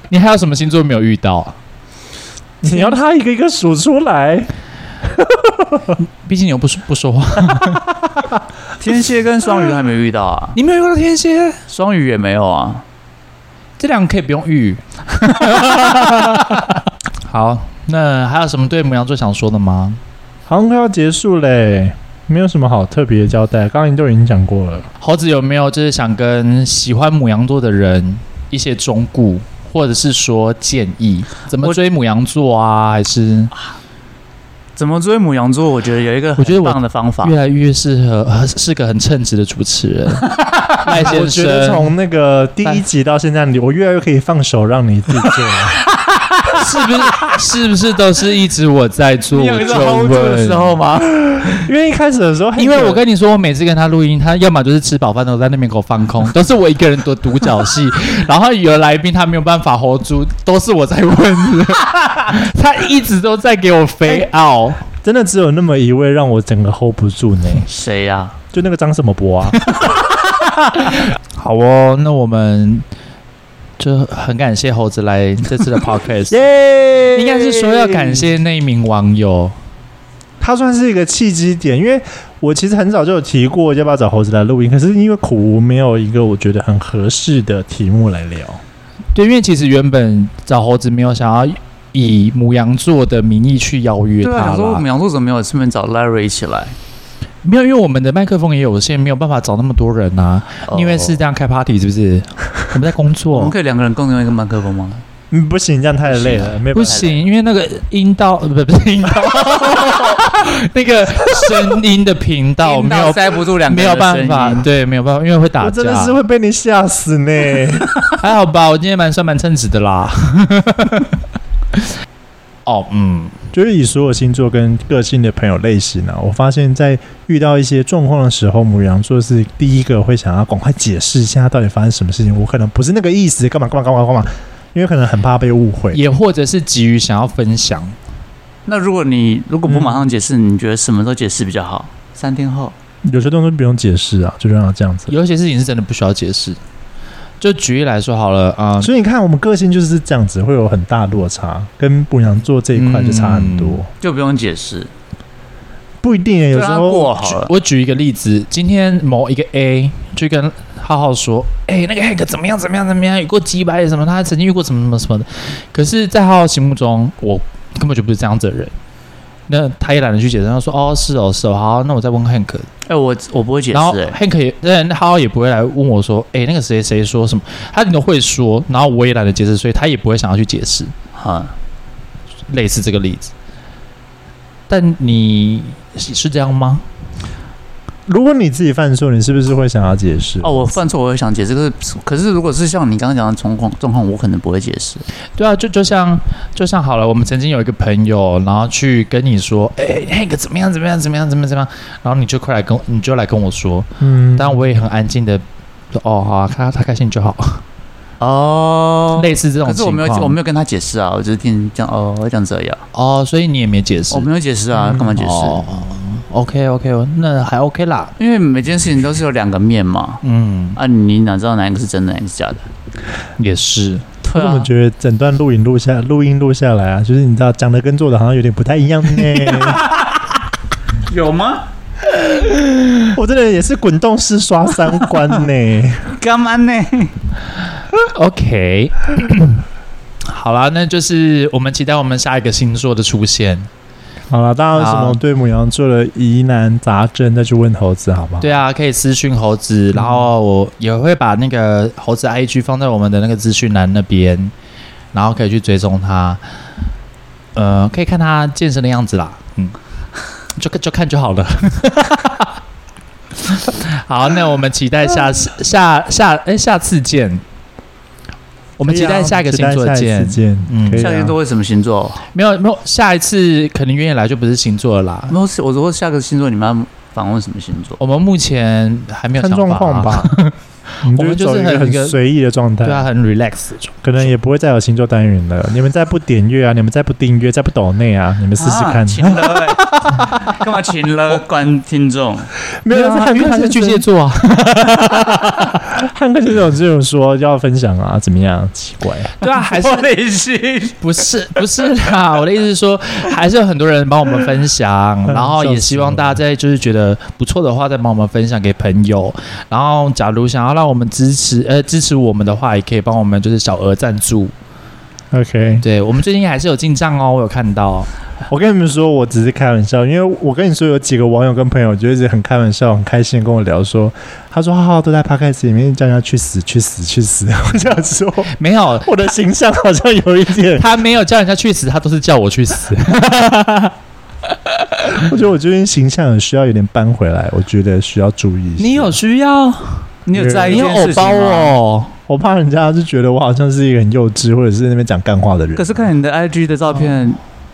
Speaker 1: 你还有什么星座没有遇到？
Speaker 2: 你要他一个一个数出来，
Speaker 1: 毕竟你又不是不说话，
Speaker 3: 天蝎跟双鱼都还没遇到啊，
Speaker 1: 你没有遇到天蝎，
Speaker 3: 双鱼也没有啊。
Speaker 1: 这两个可以不用 遇。好，那还有什么对母羊座想说的吗？
Speaker 2: 好像快要结束嘞，没有什么好特别的交代。刚刚你都已经讲过了，
Speaker 1: 猴子有没有就是想跟喜欢母羊座的人一些忠告，或者是说建议，怎么
Speaker 3: 我
Speaker 1: 追母羊座啊？还是
Speaker 3: 怎么追母羊座？我觉得有一个
Speaker 1: 我觉得
Speaker 3: 很
Speaker 1: 我
Speaker 3: 棒的方法
Speaker 1: 越，来越适合，呃是个很称职的主持 人赖
Speaker 2: 我
Speaker 1: 先
Speaker 2: 觉得
Speaker 1: 生，
Speaker 2: 从那个第一集到现在，你我越来越可以放手让你自己做了。
Speaker 1: 是不是是不是都是一直我在做？
Speaker 3: 你
Speaker 1: 我
Speaker 3: 有一个
Speaker 1: 就
Speaker 3: hold 住的时
Speaker 1: 问。
Speaker 3: 候吗？
Speaker 2: 因为一开始的时候，
Speaker 1: 哎因为我跟你说，我每次跟他录音，他要么就是吃饱饭都在那边给我放 空，都是我一个人的独角戏。然后有来宾他没有办法 hold 住，都是我在问 的，他一直都在给我飞傲。
Speaker 2: 真的只有那么一位让我整个 hold 不住呢，
Speaker 3: 谁呀、
Speaker 2: 就那个张什么博啊，
Speaker 1: 好哦，那我们就很感谢猴子来这 次的 podcast，
Speaker 2: 耶
Speaker 1: 应该是说要感。谢那一名网友。
Speaker 2: 他算是一个契机点，因为我其实很早就有提过要不要找猴子来录音，可是因为苦无没有一个我觉得很合适的题目来聊。
Speaker 1: 对，因为其实原本找猴子没有想要以母羊座的名义去邀约他
Speaker 3: 对啊，想说
Speaker 1: 啦，
Speaker 3: 母羊座怎么没有顺便找 Larry 一起来？
Speaker 1: 没有，因为我们的麦克风也有限，没有办法找那么多人啊。因为是这
Speaker 3: 样，
Speaker 1: 样开 party 是不是？我们在工
Speaker 3: 哦我们
Speaker 1: 作。
Speaker 3: 可以两个人共用一个麦克风吗？
Speaker 2: 嗯，不行，这样太累了，没有
Speaker 1: 不
Speaker 2: 办法
Speaker 1: 行，因为那个阴道呃不不是阴道，那个声音的频道
Speaker 3: 听
Speaker 1: 没
Speaker 3: 到
Speaker 1: 有
Speaker 3: 塞不住两个
Speaker 1: 没
Speaker 3: 人
Speaker 1: 有
Speaker 3: 的声
Speaker 1: 办
Speaker 3: 音
Speaker 1: 法，对，没有办法，因为会打架。
Speaker 2: 我真的是会被你吓死 呢。
Speaker 1: 还好吧，我今天蛮算蛮称职的啦。哦，嗯，
Speaker 2: 就是以所有星座跟个性的朋友类型啊，我发现在遇到一些状况的时候，母羊座是第一个会想要赶快解释一下到底发生什么事情。我可能不是那个意思，干嘛干嘛干嘛干嘛，因为可能很怕被误会。
Speaker 1: 也或者是急于想要分享，
Speaker 3: 那如果你如果不马上解释，你觉得什么时候解释比较好？三天后，
Speaker 2: 有些东西不用解释啊，就让它这样子。
Speaker 1: 有一些事情是真的不需要解释。就举例来说好了，啊、
Speaker 2: 所以你看，我们个性就是这样子，会有很大落差，跟母羊座这一块就差很多。
Speaker 1: 嗯
Speaker 3: 就不用解释，
Speaker 2: 不一定耶，有
Speaker 3: 就
Speaker 2: 时
Speaker 3: 让它
Speaker 2: 候
Speaker 3: 啊过好了。
Speaker 1: 我举一个例子，今天某一个 A 去跟浩浩说，哎、那个 Hank 怎么样怎么样怎么样，有过几百什么，他曾经遇过什么什么什么的。可是，在浩浩心目中，我根本就不是这样子的人。那他也懒得去解释，他说：“哦，是哦，是哦，好，那我再问 Hank
Speaker 3: 哎、我我不会解释、
Speaker 1: 然后
Speaker 3: 哎，
Speaker 1: Hank 也，但浩浩也不会来问我说，哎、那个谁谁说什么，他顶多会说，然后我也懒得解释，所以他也不会想要去解释，
Speaker 3: 哈，
Speaker 1: 类似这个例子。但你是是这样吗？
Speaker 2: 如果你自己犯错，你是不是会想要解释？
Speaker 3: 哦，我犯错我会想解释，可是可是如果是像你刚刚讲的状况状况，我可能不会解释。
Speaker 1: 对啊，就就像就像好了，我们曾经有一个朋友，然后去跟你说，哎、那个怎么样怎么样怎么样怎么样怎么样，然后你就快来跟你就来跟我说，
Speaker 2: 嗯，
Speaker 1: 但我也很安静的说，哦，好、啊，他他开心就好，
Speaker 3: 哦，
Speaker 1: 类似这种
Speaker 3: 可是
Speaker 1: 情
Speaker 3: 我
Speaker 1: 况。
Speaker 3: 没有我没有跟他解释啊，我只是听讲哦，我讲这样，
Speaker 1: 哦，所以你也没解释，
Speaker 3: 我没有解释啊，干嘛解释？
Speaker 1: 哦，OK OK，那还 OK 啦。
Speaker 3: 因为每件事情都是有两个面嘛，
Speaker 1: 嗯，
Speaker 3: 啊，你哪知道哪一个是真的，哪一个是假的？
Speaker 1: 也是。
Speaker 2: 我
Speaker 3: 对
Speaker 2: 怎么觉得整段录影录下录音录下来啊，就是你知道讲的跟做的好像有点不太一样呢。
Speaker 3: 有吗？
Speaker 2: 我这个人也是滚动式刷三观呢。
Speaker 3: 干嘛呢？
Speaker 1: OK，好啦，那就是我们期待我们下一个星座的出现。
Speaker 2: 好了，大家有什
Speaker 1: 好
Speaker 2: 么对母羊座的疑难杂症，再去问猴子好不好？
Speaker 1: 对啊，可以私讯猴子，然后我也会把那个猴子 IG 放在我们的那个资讯栏那边，然后可以去追踪他。呃，可以看他健身的样子啦，嗯，就看就看就好了。 好，那我们期待 下次下下哎、下次见。我
Speaker 2: 啊我
Speaker 1: 啊们期待下一个星座见。
Speaker 2: 见。
Speaker 1: 嗯
Speaker 2: 可以啊
Speaker 3: 夏天都会什么星座？
Speaker 1: 没有没有，下一次可能愿意来就不是星座了啦。
Speaker 3: 没有，我说下个星座你们要访问什么星座？
Speaker 1: 我们目前还没有
Speaker 2: 看
Speaker 1: 想法啊
Speaker 2: 状况吧。你
Speaker 1: 我们就是
Speaker 2: 走一个
Speaker 1: 很一
Speaker 2: 很
Speaker 1: 个
Speaker 2: 随意的状态，
Speaker 1: 对啊，很 relax 的状态
Speaker 2: 可能也不会再有星座单元了。你们再不点阅啊，你们再不订阅，再不抖内啊，你们试试
Speaker 3: 啊
Speaker 2: 看。
Speaker 3: 勤了、欸，干嘛勤了？观听众，
Speaker 2: 没有，汉
Speaker 1: 啊因为
Speaker 2: 克
Speaker 1: 他是
Speaker 2: 先
Speaker 1: 巨蟹
Speaker 2: 生，
Speaker 1: 座啊，
Speaker 2: 汉克先生有这种说要分享啊，怎么样？奇怪，
Speaker 1: 对啊，还是
Speaker 3: 我内心
Speaker 1: 不是不是啦， 我的意思是说，还是有很多人帮我们分 享，然后也希望大家在就是觉得不错的话，再帮我们分享给朋友。然后，假如想要让我们支持呃支持我们的话，也可以帮我们就是小额赞助。
Speaker 2: OK，
Speaker 1: 对我们最近还是有进账哦，我有看到。
Speaker 2: 我跟你们说，我只是开玩笑，因为我跟你说，有几个网友跟朋友就一直很开玩笑、很开心地跟我聊说，他说浩浩都在 podcast 里面叫人家去死、去死、去死。 我想说，
Speaker 1: 没 有，
Speaker 2: 我的形象好像有一点，
Speaker 1: 他没有叫人家去死，他都是叫我去死。
Speaker 2: 我觉得我最近形象很需要有点扳回来，我觉得需要注意一下。
Speaker 1: 你有需要？
Speaker 3: 你有在意
Speaker 1: 你
Speaker 3: 这
Speaker 1: 有
Speaker 3: 件事
Speaker 1: 偶
Speaker 3: 情
Speaker 1: 包
Speaker 3: 吗？
Speaker 1: 哦？
Speaker 2: 我怕人家就觉得我好像是一个很幼稚，或者是那边讲干话的人。
Speaker 3: 可是看你的 IG 的照片，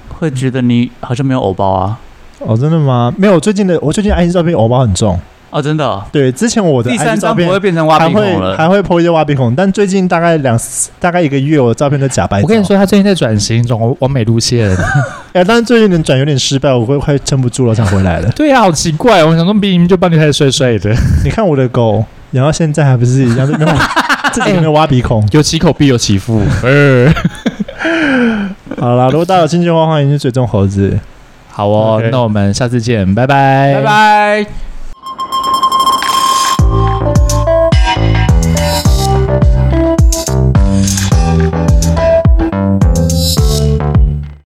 Speaker 3: 会觉得你好像没有偶包啊？
Speaker 2: 哦，真的吗？没有，最近的我最近 IG 照片偶包很重。
Speaker 3: 哦，真的哦、
Speaker 2: 对，之前我的
Speaker 3: 第三
Speaker 2: IG 照
Speaker 3: 张不
Speaker 2: 片
Speaker 3: 会变成挖
Speaker 2: 还
Speaker 3: 鼻孔
Speaker 2: 会
Speaker 3: 了。
Speaker 2: 还会 po 一些挖鼻孔，但最近大概两大概一个月，我的照片都假白。
Speaker 1: 我跟你，说，他最近在转型，走完美路线。。
Speaker 2: 哎、但是最近能转有点失败，我会快撑不住了，我想回来 了
Speaker 1: 对啊，好奇怪哦，我想说，明明就帮你太睡睡的，
Speaker 2: 你看我的狗，然后现在还不是一样，这边 挖自己没有挖鼻孔。
Speaker 1: 有其口必有呃其 腹。
Speaker 2: 好啦，如果大家有兴趣的话，欢迎去追踪猴子。
Speaker 1: 好哦
Speaker 2: OK
Speaker 1: 那我们下次见，拜拜，
Speaker 3: 拜。拜。